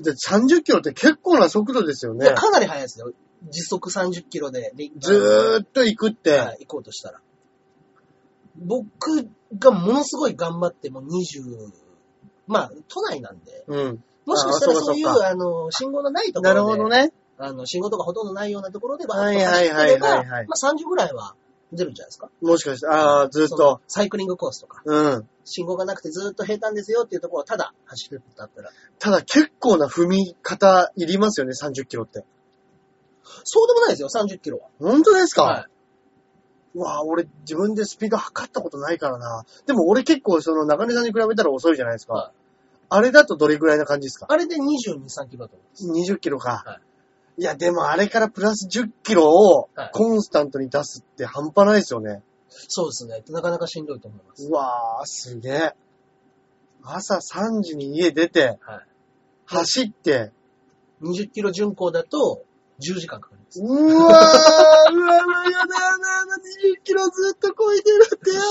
A: で、30キロって結構な速度ですよ
C: いや、
A: ね。
C: かなり速いですよ。時速30キロで。で
A: ずーっと行くって。
C: はい行こうとしたら。僕がものすごい頑張っても20、まあ、都内なんで、
A: うん。
C: もしかしたら
A: あーそうか
C: そういう、
A: そう
C: あ
A: か
C: の、信号のないとこ
A: な
C: ろで、
A: るほどね。
C: あの、信号とかほとんどないようなところで、
A: はいはいはいはいはい
C: バーッと走ってればまあ30ぐらいは出るんじゃないですか。
A: もしかして、ああ、ずーっ
C: そ
A: と
C: の。サイクリングコースとか、
A: うん。
C: 信号がなくてずっと平坦ですよっていうところをただ走ることだったら、
A: ただ結構な踏み方いりますよね、30キロって。
C: そうでもないですよ、30キロは。
A: 本当ですか、
C: はい
A: うわぁ、俺自分でスピード測ったことないからな。でも俺結構その中根さんに比べたら遅いじゃないですか。
C: は
A: あれだとどれぐらいな感じですか
C: あれで22、3キロだと思う。
A: 20キロか。、
C: はい
A: や、でもあれからプラス10キロを
C: はい
A: コンスタントに出すって半端ないですよね。
C: そうですね。なかなかしんどいと思います。
A: うわぁ、すげえ。朝3時に家出て、
C: は
A: 走って、
C: い。20キロ巡航だと10時間かかります。
A: うわぁ、うわぁ、やだやだ、20キロずっと超えてるってやだ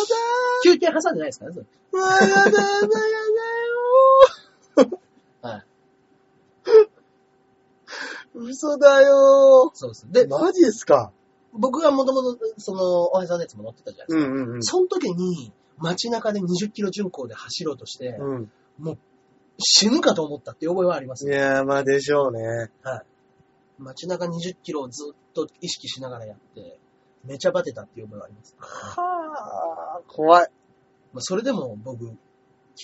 C: 休憩挟んでないですからね、そ
A: ー
C: れ
A: うわぁ、やだやだやだよー。
C: はい。
A: 嘘だよ
C: そうです。
A: ー。
C: で、
A: マジですか
C: 僕がもともと、その、おはさんのやつも乗ってたじゃないですか。
A: んうんう
C: その時に、街中で20キロ巡航で走ろうとして、
A: うん。
C: 死ぬかと思ったっていう覚えはあります
A: い
C: ね。
A: やー、まあでしょうね。
C: 街中20キロをずっと意識しながらやって、めちゃバテたっていう覚えはあります。
A: はぁ、怖い。
C: まあ、それでも僕、錦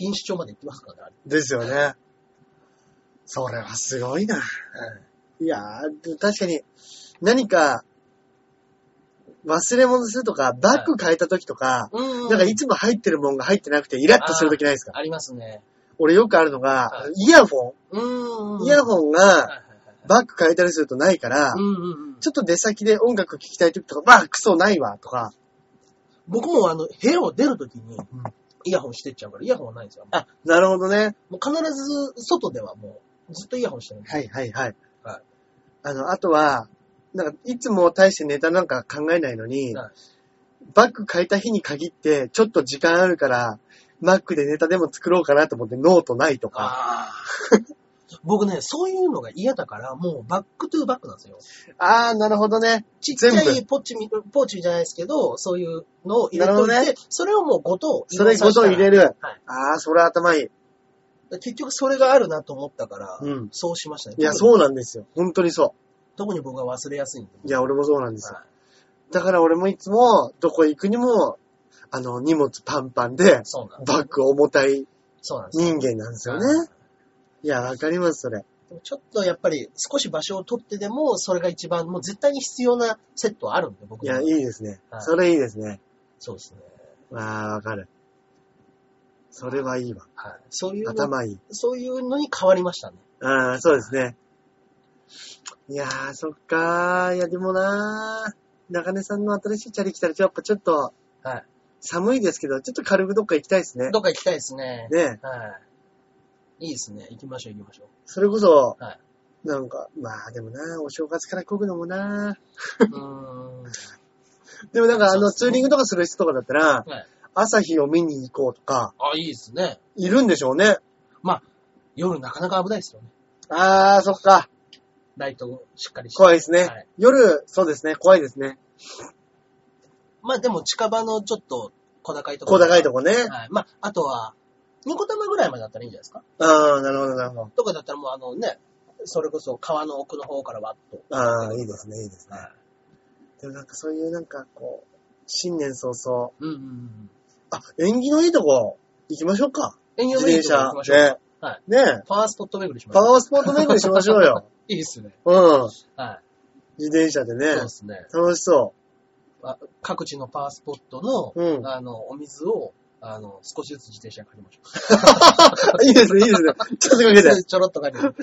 C: 糸町まで行ってますからね、あれ
A: ですよね。それはすごいな。いやー、確かに、何か、忘れ物するとか、バッグ変えた時とか、
C: うん
A: なんかいつも入ってるもんが入ってなくて、イラッとする時ないですか
C: ありますね。
A: 俺よくあるのが
C: は、
A: イヤホ
C: う
A: ンイヤホン
C: はい
A: が、
C: はいはい
A: バッグ変えたりするとないから、
C: うんうんうん
A: ちょっと出先で音楽聴きたい時とか、まあ、クソないわ、とか。
C: 僕もあの、部屋を出るときに
A: ん、
C: イヤホンしてっちゃうから、イヤホンはないんですよ。
A: あ、なるほどね。
C: もう必ず、外ではもう、ずっとイヤホンしてるんです。
A: はいはいはい。
C: はい
A: あの、あとは、なんか、いつも大してネタなんか考えないのに、
C: はい
A: バッグ変えた日に限って、ちょっと時間あるから、マックでネタでも作ろうかなと思ってノートないとか。
C: ああ。 僕ね、そういうのが嫌だから、もうバックトゥーバックなんですよ。
A: あー、なるほどね。
C: ちっちゃ
A: 全
C: いポッチみ、ポーチじゃないですけど、そういうのを入れ
A: なる
C: と
A: ほ
C: い
A: ど
C: て、
A: ね
C: それをもうごと
A: それごと入れる。
C: る。はい
A: あー、それ頭いい。
C: 結局それがあるなと思ったから、
A: うん
C: そうしましたね。
A: いや、
C: 特に
A: そうなんですよ。本当にそ
C: 特に僕は忘れやすいんで。
A: う。いや、俺もそうなんですよ。
C: はい
A: だから俺もいつも、どこ行くにも、あの、荷物パンパンで、
C: そうなんです。
A: バッグ重たい
C: そうなんですよ。
A: 人間なんですよ
C: はい
A: ね。いや、わかります、それ。
C: でもちょっとやっぱり少し場所を取ってでも、それが一番、もう絶対に必要なセットはあるんで、僕
A: い
C: の
A: や、いいですね。
C: はい
A: それいいですね。
C: そうですね。
A: わあ、わかる。それはいいわ。
C: はい。そういうの、
A: 頭いい。
C: そういうのに変わりましたね。
A: ああ、そうですね。いやー、そっかー。いや、でもなー、中根さんの新しいチャリ来たら、やっぱちょっと、
C: はい。
A: 寒いですけど、ちょっと軽くどっか行きたいですね。
C: どっか行きたいですね。
A: ね
C: はい。いいですね。行きましょう、行きましょ
A: それこそ、
C: はい
A: なんか、まあでもなー、お正月から漕ぐのもな
C: う。うーん。
A: ー。でもなんか、あ
C: そう
A: の、
C: です
A: ツー
C: ね
A: リングとかする人とかだったら、
C: はい。
A: 朝日を見に行こうとか、
C: あ、いいですね。
A: いるんでしょうね。
C: 夜なかなか危ないですよね。
A: あー、そっか。
C: ライトをしっかりして。
A: 怖いですね。
C: はい
A: 夜、そうですね、怖いですね。
C: まあでも近場のちょっと小高いとこ
A: 小
C: ろ。
A: 高いとこね。
C: はい。まあ、あとは、ニコ玉ぐらいまでだったらいいんじゃないですか。
A: ああ、なるほど、なるほど。
C: とかだったらもうあのね、それこそ川の奥の方からわっと。
A: ああ、いいですね、いいですね
C: は。
A: でもなんかそういうなんかこう、新年早々、
C: うんうんうん。
A: あ、縁起のいいとこ行きましょうか。
C: 遠慮
A: 自
C: のいい
A: 転
C: と
A: 車
C: こ行きましょう。
A: ね。
C: はい。
A: ねえ。
C: パワースポット巡りしまし
A: パ
C: ょう。
A: ワースポット巡りしましょうよ。
C: いいですね。
A: うん。
C: は
A: 自転車で
C: い。
A: ね
C: そう。ですね。
A: 楽しそ
C: あ各地のパワースポットの、
A: うん
C: あの、お水を、あの、少しずつ自転車に借りましょう。
A: う。いいですね、いいですね。ちょっとかけて。
C: ちょろっと借りる。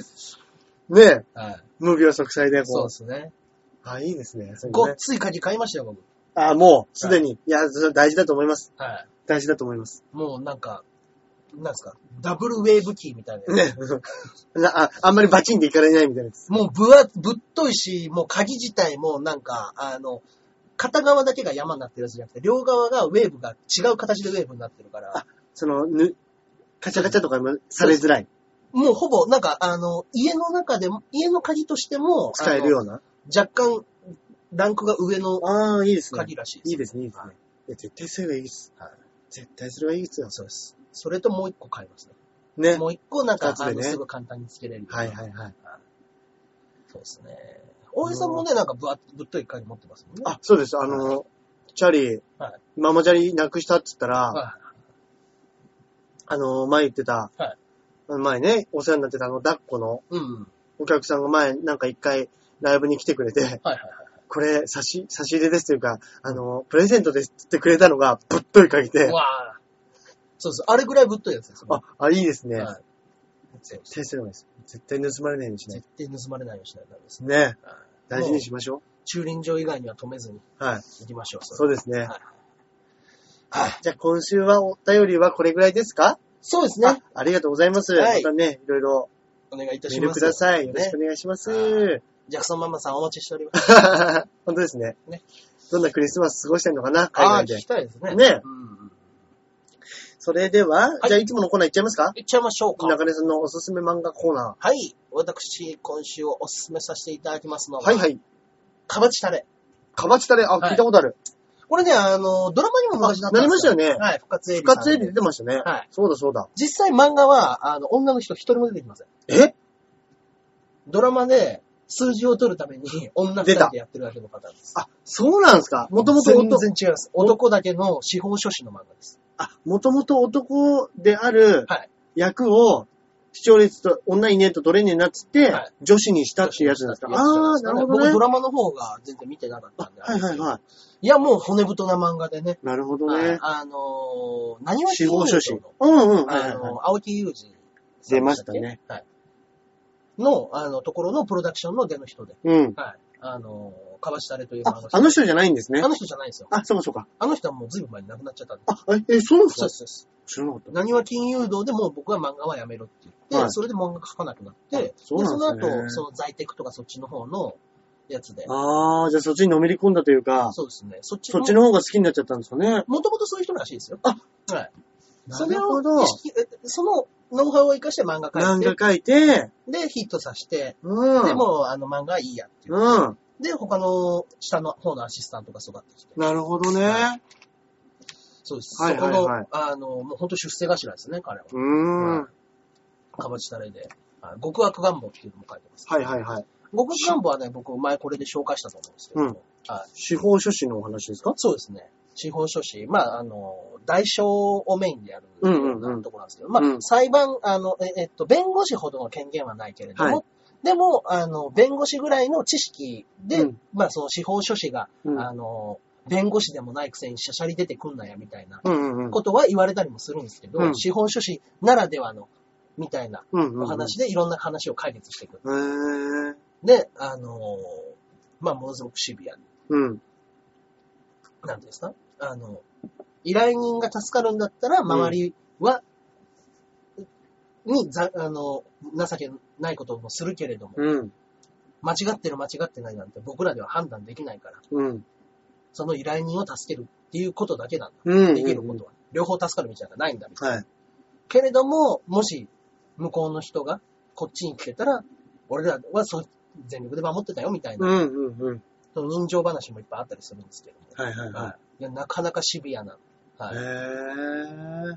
A: ねえ。
C: はい。
A: 無病息災で
C: そ
A: こ
C: うで
A: う。
C: すね。
A: あ、いいですね。そういう
C: ご
A: の
C: っ
A: ね
C: つい鍵買いましたよ、僕。
A: あ、もう、すでに。いや、それ大事だと思います。
C: はい。
A: 大事だと思います。
C: もうなんか、なんですか、ダブルウェーブキーみたいなやつ。
A: ね。 なあ、あんまりバチンでいかれないみたいなやつ。
C: もうぶわ、ぶっといし、もう鍵自体もなんか、あの、片側だけが山になってるやつじゃなくて、両側がウェーブが違う形でウェーブになってるから、
A: その、ぬ、カチャカチャとかもされづらい。
C: もうほぼ、なんか、あの、家の中でも、家の鍵としても、
A: 使えるような。
C: あの若干、ランクが上の
A: ああ、いいですね。
C: 鍵らしいです。
A: いいですね、いいですね。いや、絶対それがいいです。
C: はい
A: 絶対それがいいですよ。
C: そうです。それともう一個買いますね。
A: ね。
C: もう一個なんか、
A: 二つ
C: あ
A: でね
C: の、すぐ簡単につけれるような。
A: はいはいはい。
C: そうですね。大江さんもね、なんかぶわぶっとい鍵持ってますもんね。
A: あ、そうです。あの、チャリ、
C: はい
A: ママチャリなくしたって言ったら、
C: は
A: あの、前言ってた、
C: はい
A: あの前ね、お世話になってたあの、抱っこの
C: い。うんうん。
A: お客さんが前、なんか一回ライブに来てくれて、
C: はいはいはい。
A: これ、差し、差し入れですというか、あの、プレゼントですって言ってくれたのが、ぶっといかけて
C: う、わぁ。そうそう。あれぐらいぶっといやつです。
A: あ、あ、いいですね。
C: はい絶
A: 手すればいいです。絶対盗まれないようにしない
C: 対盗まれないようにしないとダメですね。
A: ね。
C: はい
A: 大事にしましょ
C: 駐輪場以外には止めずに
A: う。はい。
C: 行きましょう。
A: そう
C: う
A: ですね。
C: はい
A: じゃあ今週はお便りはこれぐらいですか
C: そうです
A: あ
C: ね。
A: ありがとうございます。
C: はい
A: またね、いろいろ
C: お願いいた
A: メ
C: し
A: ール
C: ま
A: く
C: す。
A: ださい。よ
C: ね
A: ろしくお願いします。
C: はジャクソンママさんお待ちしております。
A: 本当ですね
C: ね
A: どんなクリスマス過ごしてんのかな 海
C: ああ、
A: 外で
C: 聞き。たいですね。
A: ね
C: うんうん。
A: それでは、
C: い
A: じゃあいつものコーナーいっちゃいますか
C: 行っちゃいましょうか。
A: 中根さんのおすすめ漫画コーナ
C: はい。私、今週お勧めさせていただきますの
A: ー。
C: は、
A: はいはい。
C: かばちタレ。
A: かばちたれ、あ、
C: はい
A: 聞いたことある。
C: これね、あの、ドラマにも昔なった
A: あなり
C: んです
A: ましたよね
C: はい、復活エリ
A: 復活絵で出てましたね。
C: はい
A: そうだそうだ。
C: 実際漫画は、あの、女の人一人も出てきません。
A: え
C: ドラマで数字を取るために 女二人でやってるだけの方なんです。
A: あ、そうなんですかもともと
C: 全
A: 男、
C: 然違います。男だけの司法書士の漫画です。
A: あ、もともと男である
C: はい
A: 役を、視聴率と女いねえと取れねえなっつって
C: はい、
A: 女子にしたっていうやつなんですかああー、なるほど
C: 僕ド
A: ね。
C: ラマの方が全然見てなかったんで。。
A: はいはいはい
C: いや、もう骨太な漫画でね。
A: い。なるほど
C: はい
A: ね。
C: あのー、何は
A: 司法書士。
C: の
A: うんうん。はいは
C: あ
A: いはい
C: の、青木祐二。
A: 出ましたね。
C: はい。の、あの、ところのプロダクションの出の人で。
A: うん。
C: はい。あの、かわしたれという漫
A: あ
C: 画、
A: あの人じゃないんですね
C: あ。の人じゃないんですよ。
A: あ、そうかそうか。
C: あの人はもうずいぶん前に亡くなっちゃったんで。
A: あ、え、えそうなんですか
C: そうですそうです。
A: 知らなかった。
C: 何は金融道でもう僕は漫画はやめろって言って、
A: はい
C: それで漫画書かなくなって、で
A: そ
C: そう
A: なんですね
C: の後、その在宅とかそっちの方のやつで。
A: ああ、じゃあそっちにのめり込んだというか、
C: そうですね。そっち
A: そっちの方が好きになっちゃったんですかね。
C: もともとそういう人らしいですよ。
A: あ
C: はい。
A: な
C: そ
A: る
C: れ
A: ほ
C: を
A: ど
C: 意。識、えそのノウハウを生かして漫画書い
A: 漫
C: て、
A: 画書いて、
C: で、ヒットさせて、
A: うん。
C: で、もうあの漫画はいいやっていう。
A: うん。
C: で、他の下の方のアシスタントが育ってきて。
A: なるほどね。
C: そうです。
A: はいはいはい
C: そこの、あの、もう本当出世頭ですね、彼は。
A: うーん。
C: はかぼちたれで。あ極悪願望っていうのも書いてます。
A: はいはいはい。
C: 極悪願望はね、僕前これで紹介したと思うんですけど、
A: うん
C: はい、
A: 司法書士のお話ですか
C: そうですね。司法書士、まあ、あの、代償をメインでやる
A: う
C: よ
A: んうんうん
C: うなところなんですけど、まあ、
A: うん
C: 裁判、あの、ええっと、弁護士ほどの権限はないけれども、
A: はい
C: でも、あの、弁護士ぐらいの知識で、
A: うん
C: まあ、その司法書士が、
A: うん
C: あの、弁護士でもないくせにしゃしゃり出てくんなや、みたいな
A: うんうんうん。
C: ことは言われたりもするんですけど、
A: うん
C: 司法書士ならではの、みたいな
A: うんうんうん
C: お話でいろんな話を解決していく。
A: へー。
C: で、あのーまあ、ものすごくシビアに
A: うん。
C: なんていうんですかあの、依頼人が助かるんだったら、周りは、にざ、あの、情けないこともするけれども、
A: うん。
C: 間違ってる間違ってないなんて僕らでは判断できないから、
A: うん。
C: その依頼人を助けるっていうことだけなんだ。
A: うん。
C: できることは。両方助かる道なんかないんだ、みたいな。
A: はい。
C: けれども、もし、向こうの人がこっちに来てたら、俺らはそう全力で守ってたよ、みたいな、
A: うんうんうん。
C: その人情話もいっぱいあったりするんですけども、
A: はいはい
C: は
A: はい
C: やなかなかシビアな、はい
A: い。へー。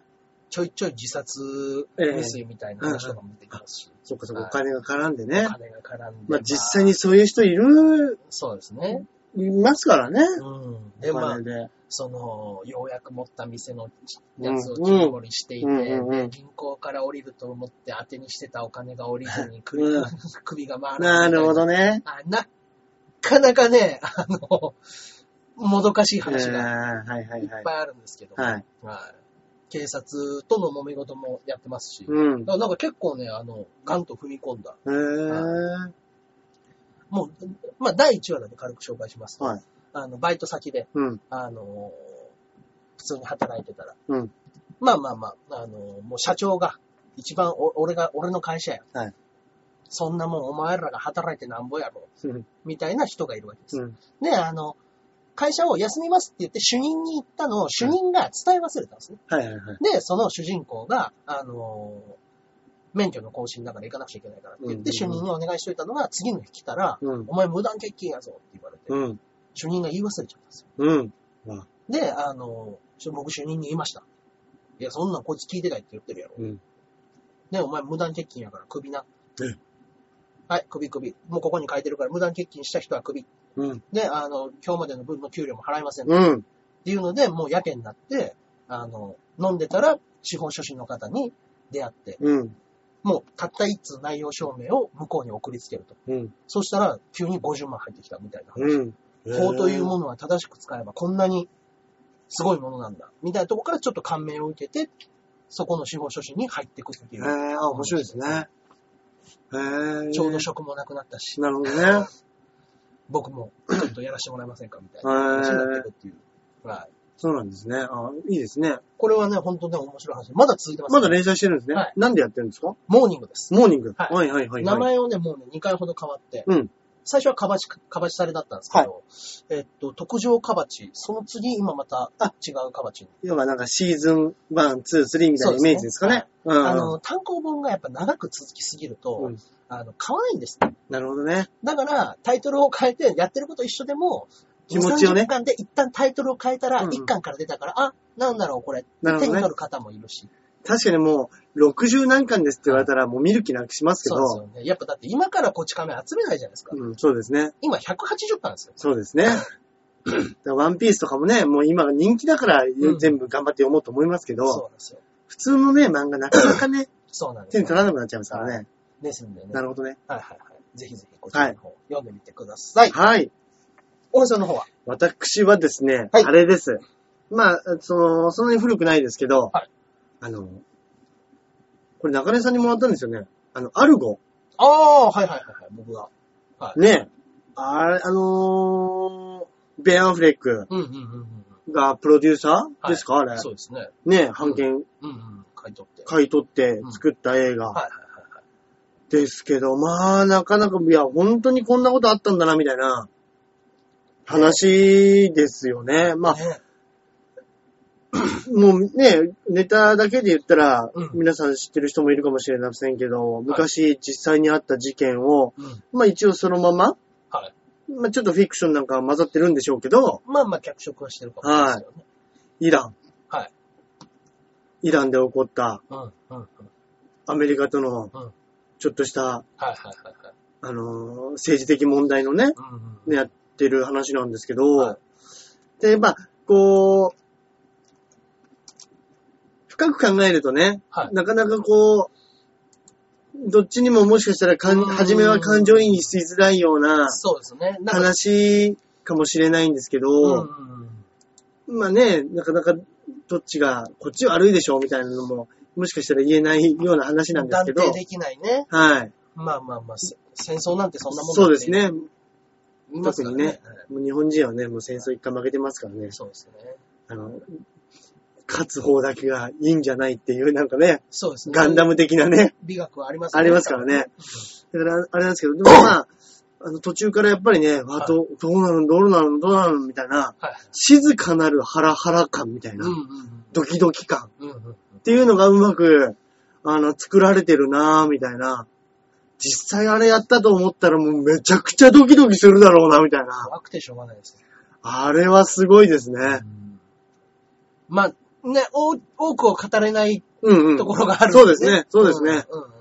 C: ちょいちょい自殺未遂みたいな話とかも出てきますし、
A: そっかそっ
C: は
A: か、
C: い
A: お金が絡んで
C: お
A: ね。
C: 金が絡んで。
A: まあ実際にそういう人いる、
C: そうですね。
A: いますからね。
C: うん。で、
A: お
C: まあ
A: 金、で。
C: その、ようやく持った店のやつを
A: うん
C: 切り盛りしていて、
A: うんうんうん
C: で銀行から降りると思って当てにしてたお金が降りずに首,、
A: うん
C: 首が回ら
A: なるほど
C: ね。
A: ね。
C: あなかなかね、あの、もどかしい
A: えー
C: 話が
A: はいはい
C: いっ
A: はい。
C: ぱいあるんですけど、
A: はい。
C: はい警察との揉め事もやってますし、
A: うん。
C: だからなんか結構ね、あの、ガンと踏み込んだ
A: へー。
C: もう、まあ、第1話なんで軽く紹介しますと、
A: はい。
C: あの、バイト先で、
A: うん。
C: あのー普通に働いてたら、
A: うん。
C: まあまあまあ、あのーもう社長が、一番お、俺が、俺の会社や。
A: はい
C: そんなもんお前らが働いてなんぼやろ、
A: うん。
C: みたいな人がいるわけです。
A: うん。
C: で、あの、会社を休みますって言って主任に行ったのを主任が伝え忘れたんですね。
A: はいはいはい。
C: で、その主人公が、あのー免許の更新だから行かなくちゃいけないからって言っ
A: う
C: て、
A: んうんうん
C: 主任にお願いしといたのが、次の日来たら、
A: うん。
C: お前無断欠勤やぞって言われて、
A: うん。
C: 主任が言い忘れちゃったんですよ。
A: うん。
C: で、あの、ちょ僕主任に言いました。いや、そんなんこいつ聞いてないって言ってるやろ。
A: うん
C: ね、お前無断欠勤やから首な。
A: え
C: はい、首首。もうここに書いてるから無断欠勤した人は首。
A: うん。
C: で、あの、今日までの分の給料も払いません。っ
A: うん。
C: ていうので、もうやけになって、あの、飲んでたら、司法書士の方に出会って、
A: うん。
C: もうたった一通内容証明を向こうに送りつけると。
A: うん。
C: そうしたら、急に50万入ってきたみたいな話。
A: うん。
C: 法というものは正しく使えばこんなにすごいものなんだ。みたいなとこからちょっと感銘を受けて、そこの司法書士に入っていくってい
A: へ
C: う。
A: ー、あ、面白いですね。へー。
C: ちょうど職もなくなったし、
A: なるほどね。
C: 僕もちょっとやらせてもらえませんかみたいな
A: へー
C: 話になっていくっていう。はい。
A: そうなんですね。あいいですね。
C: これはね、本当ね、面白い話。まだ続いてます、
A: まだ連載してるんですね。
C: はい
A: なんでやってるんですか
C: モーニングです。
A: モーニング。
C: はい
A: はいはいはい。
C: 名前をね、もうね、2回ほど変わって、
A: うん
C: 最初はかばち、かばちされだったんですけど、えっと、特上かばち、その次、今また違うかばちに。
A: 要はなんかシーズン1、2、3みたいなイメージですかね。う
C: あ
A: ん。
C: の、単行本がやっぱ長く続きすぎると、
A: うん
C: あの、買わないんですね。
A: なるほどね。
C: だから、タイトルを変えて、やってること一緒でも、
A: 気持ちをね
C: 2 30巻で一旦タイトルを変えたら、
A: うんうん
C: 1巻から出たから、あ、なんだろう、これ。
A: なるほ
C: 手
A: ど
C: に
A: ね
C: 取る方もいるし。
A: 確かにもう、60何巻ですって言われたらもう見る気なくしますけ
C: そ
A: ど
C: うで、すよね。やっぱだって今からこち亀集めないじゃないですか。
A: うん、そうですね。
C: 今180巻ですよ。
A: そうですね。 だからワンピースとかもね、もう今人気だから
C: うん
A: 全部頑張って読もうと思いますけど、
C: そうなんですよ。
A: 普通のね、漫画なかなかね、
C: そうなんです
A: 手に
C: よ。
A: 取らなくなっちゃいますからね。
C: ですんでね。
A: なるほどね。
C: はいはいはい。ぜひぜひ、こちらの方、読んでみてください。
A: はい。
C: 大橋さんの方は
A: 私はですね、
C: はい
A: あれです。まあ、その、そんなに古くないですけど、
C: はい
A: あの、これ中根さんにもらったんですよね。あの、アルゴ。
C: ああ、はいはいはいはい、僕は。はい。
A: ね。あれ、あのーベアンフレック
C: うんうんうんうん
A: がプロデューサ
C: は
A: ー
C: い。
A: ですか、あれ。
C: そうですね。
A: ね、版権
C: うんうん、買い取って。
A: 買い取って作った映
C: はい
A: 画
C: はいはいはい。
A: ですけど、まあ、なかなか、いや、本当にこんなことあったんだな、みたいな話ですよね。まあ、
C: ね
A: もうね、ネタだけで言ったら、
C: うん
A: 皆さん知ってる人もいるかもしれませんけど、昔実際にあった事件を、
C: うん。
A: まあ一応そのまま、
C: はい。
A: まあちょっとフィクションなんか混ざってるんでしょうけど、
C: まあまあ、脚色はしてるかもしれないですよね。
A: イラン。
C: はい。
A: イランで起こった
C: うんうんうん。
A: アメリカとの
C: うん、
A: ちょっとした、
C: はいはいはいはい。
A: あのー、政治的問題のね、
C: うんうんうん。
A: ねやってる話なんですけど、
C: は
A: で、まあ、こう、深く考えるとね、
C: はい
A: なかなかこう、どっちにももしかしたらかん、
C: うん
A: 初めは感情移入しづらいような
C: そうですね。なんか、
A: 話かもしれないんですけ
C: うん
A: ど、
C: うんうん。
A: まあね、なかなかどっちが、こっち悪いでしょみたいなのも、もしかしたら言えないような話なんです
C: 断
A: けど、
C: 定できないね。
A: はい。
C: まあまあまあ、せ戦争なんてそんなもんだ
A: そうです。ね。
C: いますからね。はい
A: もう日本人はね、もう戦争一回負けてますからね。
C: そうですね。
A: あの、勝つ方だけがいいんじゃないっていう、なんかね、
C: そうですね。
A: ガンダム的なね、
C: 美学はあります
A: ありますから。ね。だから、あれなんですけど、でもまあ、あの、途中からやっぱりね、わ、どう、どうなるのどうなるのどうなるのみたいな、
C: はい。
A: 静かなるハラハラ感みたいな、
C: うんうん
A: ドキドキ感
C: うん。うんうん。
A: っていうのがうまく、あの、作られてるなぁ、みたいな。実際あれやったと思ったらもうめちゃくちゃドキドキするだろうな、みたいな。
C: 怖くてしょうがないですね。
A: あれはすごいですね。
C: まあ、ね、お多くを語れない
A: うんうん。
C: ところがある、
A: そうですね。そうですね。。
C: うんうんうん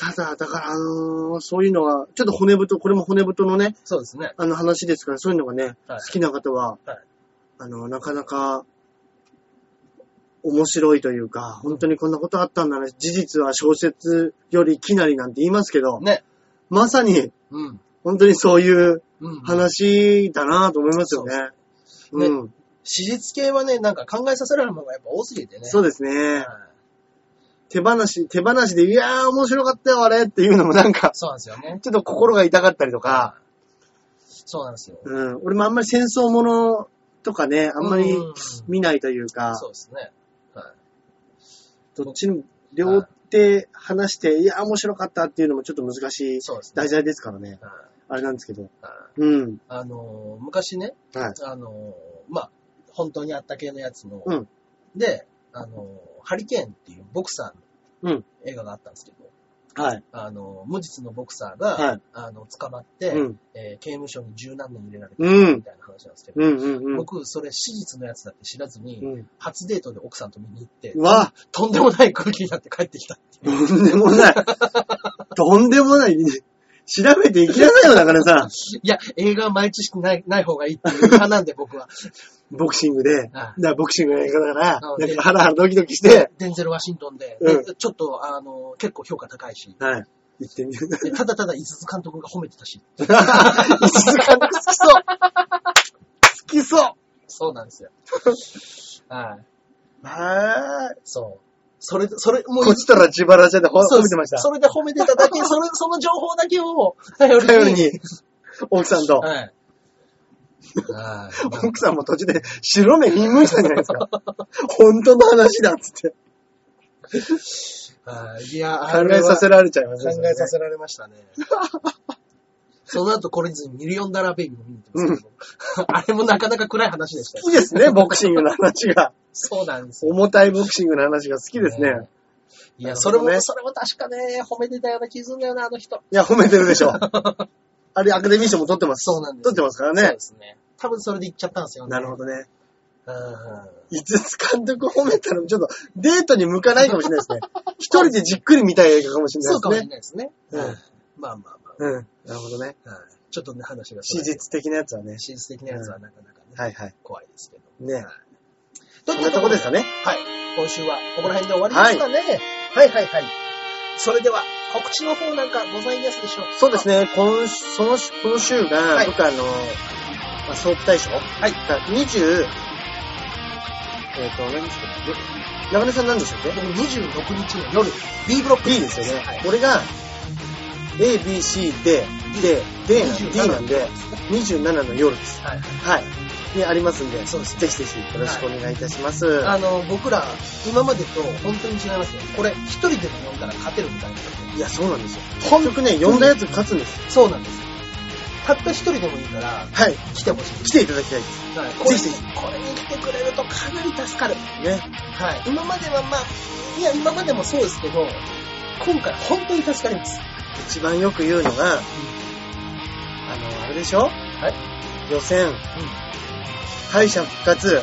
A: ただ、だから、あのーそういうのは、ちょっと骨太、これも骨太のね、
C: そうですね。
A: あの話ですから、そういうのがね、
C: は
A: 好
C: い
A: きな方は、
C: はい
A: あの、なかなか、面白いというか、本当にこんなことあったんだね。事実は小説よりきなりなんて言いますけど、
C: ね。
A: まさに、
C: うん。
A: 本当にそういう
C: うん。
A: 話だなと思いますよね。
C: そうですね
A: うん。
C: 史実系はね、なんか考えさせられるものがやっぱ多すぎてね。
A: そううですね
C: ね。。
A: 手放し、手放しで、いやー面白かったよ、あれっていうのもなんか、
C: そうなんですよね。
A: ちょっと心が痛かったりとか、
C: そうなんですよ。
A: うん、俺もあんまり戦争ものとかね、あんまり
C: ううう
A: 見ないというか、
C: そうですね。はい。
A: どっちに両手話して、いや、面白かったっていうのもちょっと難しい
C: そうですね。
A: 題材ですからね。
C: はい
A: あれなんですけど。
C: はい
A: うん。
C: あのー、昔ね、
A: はい。
C: あのー、まあ、本当にあった系のやつの、
A: うん
C: で、あのー、ハリケーンっていうボクサー
A: う
C: の
A: ん
C: 映画があったんですけど、
A: はい。
C: あのー、無実のボクサーが、
A: はい
C: あの、捕まって、
A: うん。
C: えー刑務所に十何年入れられて
A: うん
C: みたいな話なんですけど、
A: うんうんうん。
C: 僕、それ、史実のやつだって知らずに、
A: うん
C: 初デートで奥さんと見に行って
A: う、わ、
C: とんでもない空気になって帰ってきた。
A: とんでも ない。とんでもない。調べていきなさいよ、中根さん。
C: いや、映画は前知識ない、ない方がいいっていう派なんで、僕は。
A: ボクシングで。だ
C: あ
A: からボクシングの映画だから、
C: あ
A: なんかハラハラドキドキして、
C: デンゼル・ワシントンで、
A: うん
C: でちょっと、あの、結構評価高いし、
A: はい。行ってみる。
C: でただただ五つ監督が褒めてたし、
A: 一時間好きそう。きそう
C: そうなん ですよ。はい。
A: はーい。
C: そう。それ、それ、もう
A: こっちとら自腹じゃでほ
C: そう
A: 褒めてました。
C: それで褒めてただけ、そ れ、その情報だけを頼りに。
A: 頼りに、奥さんと、
C: はい。 はい。
A: 奥さんも途中で白目見向いたんじゃないですか。 本当の話だっつって、
C: はいいや、
A: 考えさせ
C: ら
A: られちゃいます
C: 考
A: ね。
C: えさせられましたね。その後、これずにミリオンダラーベイビーも見に行ってますけど、あれもなかなか暗い話でした よ
A: 好。きですね、ボクシングの話が。
C: そうなんですよ。
A: 重たいボクシングの話が好きですね。
C: ねいや、
A: なる
C: そ
A: ほ
C: れ
A: どね
C: も、それも確かね、褒めてたような気するんだよな、あの人。
A: いや、褒めてるでしょ。あれ、アカデミー賞も取ってます。
C: そうなんです
A: 取
C: よ
A: ってますから
C: そう
A: ね
C: で。すね。多分それで行っちゃったんですよね。
A: なるほどね。
C: うん。
A: 五つ監督褒めたの、ちょっとデートに向かないかもしれないです ね。一人でじっくり見たい映画かもしれな
C: そうかもし
A: い
C: れ
A: ですね。
C: ない
A: う
C: ですね。
A: ん
C: はいまあまあま
A: うん。なるほどね。
C: あ、はいちょっとね、話が。
A: 史。実的なやつはね。
C: 史実的なやつはなかなかね、
A: はいはい。
C: 怖いですけど。
A: ね
C: と
A: こ
C: い
A: ん
C: った
A: なと
C: と
A: こ
C: ころ
A: で
C: ですす
A: か
C: ね。
A: ね。
C: はい。今週はここら辺で終わりですかね。はい、はい、はい。それでは、告知の方なんかございますでしょうか
A: そうです。ね、今週、その週、この週が、
C: はい
A: 僕あの、まあ、ソープ大賞
C: い
A: が20、えっ、と、何でしたっけ中根さん何でしたっ
C: 僕26日の夜、B ブロック
A: け ?B ですよね。
C: はい。
A: 俺が、A, B, C, D, D, D なん
C: D
A: D なんで、27の夜です。
C: はい
A: はい。にありますんで、
C: そうですね
A: ぜひぜひよろしくお願いいたします。
C: あの、僕ら、今までと本当に違いますね。これ、一人でも飲んだら勝てるみたいな。
A: い、や、そうなんですよ。結局ね、呼んだやつ勝つんです。
C: そうなんです。たった一人でもいいから、
A: はい。
C: 来てほしい。
A: 来ていただきたいです。
C: はい、これ
A: ぜひぜ
C: にこれに来てくれるとかなり助かる。
A: ね。
C: はい。今まではまあ、いや、今までもそうですけど、今回本当に助かります。
A: 一番よく言うのが、あの、あれでしょ
C: はい。
A: 予選、敗者復活、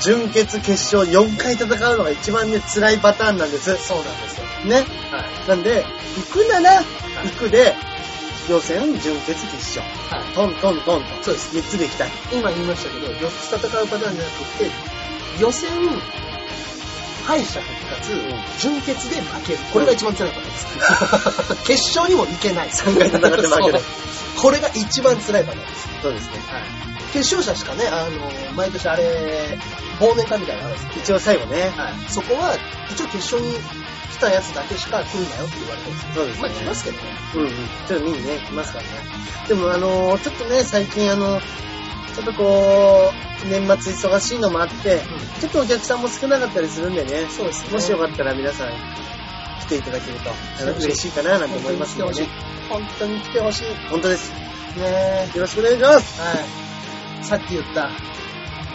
A: 準決決勝4回戦うのが一番ね、辛いパターンなんです。
C: そうなんですよ。
A: ね。
C: はい。
A: なんで、行くなら、行くで、予選、準決決勝、
C: は
A: トントントンと、
C: い。そうです。
A: 3つで行きたい。
C: 今言いましたけど、4つ戦うパターンじゃなくて、予選、敗者復活、準決で負ける。これが一番辛いパターン です。決勝にも行けない。
A: 3回戦って負ける
C: そう。これが一番辛いパターンです。
A: そうですね。
C: 決勝者しかね、あの、毎年あれ、忘年会みたいなのあるんですけど、
A: 一応最後ね。
C: はい、そこは、一応決勝に来たやつだけしか来んなよって言われてるんですけど、
A: そうですね
C: まあ来ますけどね。
A: うんうん。ちょっと見にね、来ますからね。でもあのーちょっとね、最近あの、ちょっとこう、年末忙しいのもあって、ちょっとお客さんも少なかったりするんでね、
C: そうですね。
A: もしよ
C: か
A: かったら皆さん来ていただけると嬉しいかななんて思いますので、ね、
C: 本当に来てほしい。
A: 本当です。
C: ね
A: よろしくお願いします
C: はい。さっき言った、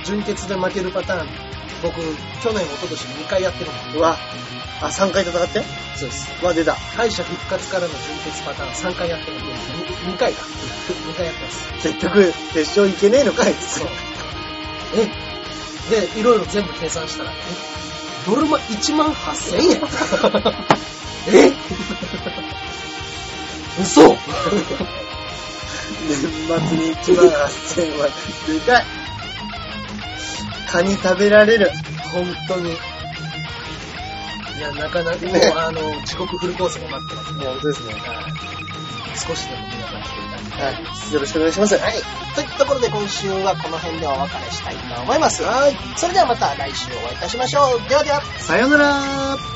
C: 準決で負けるパターン、僕、去年、一昨年2回やってるんで
A: うわ、あ、3回戦って
C: そうです。
A: うわ、出た。
C: 敗者復活からの準決パターン3回やってるんで、2, 回か。2回やってます。
A: 結局、決勝いけねえのかい
C: そう。えで、いろいろ全部計算したら、えドルマ1万8000円え嘘
A: 年末に1万8000円は、でかい。カニ食べられる。
C: 本当に。いや、なかなか、もう
A: ね
C: あの、地獄フルコースが待ってますね。
A: 本当ですね。
C: はい少しでも皆さん来ていただきたい
A: はい。よろしくお願いします。
C: はい。といったところで今週はこの辺でお別れしたいと思います。はい。それではまた来週お会いいたしましょう。ではでは。
A: さよなら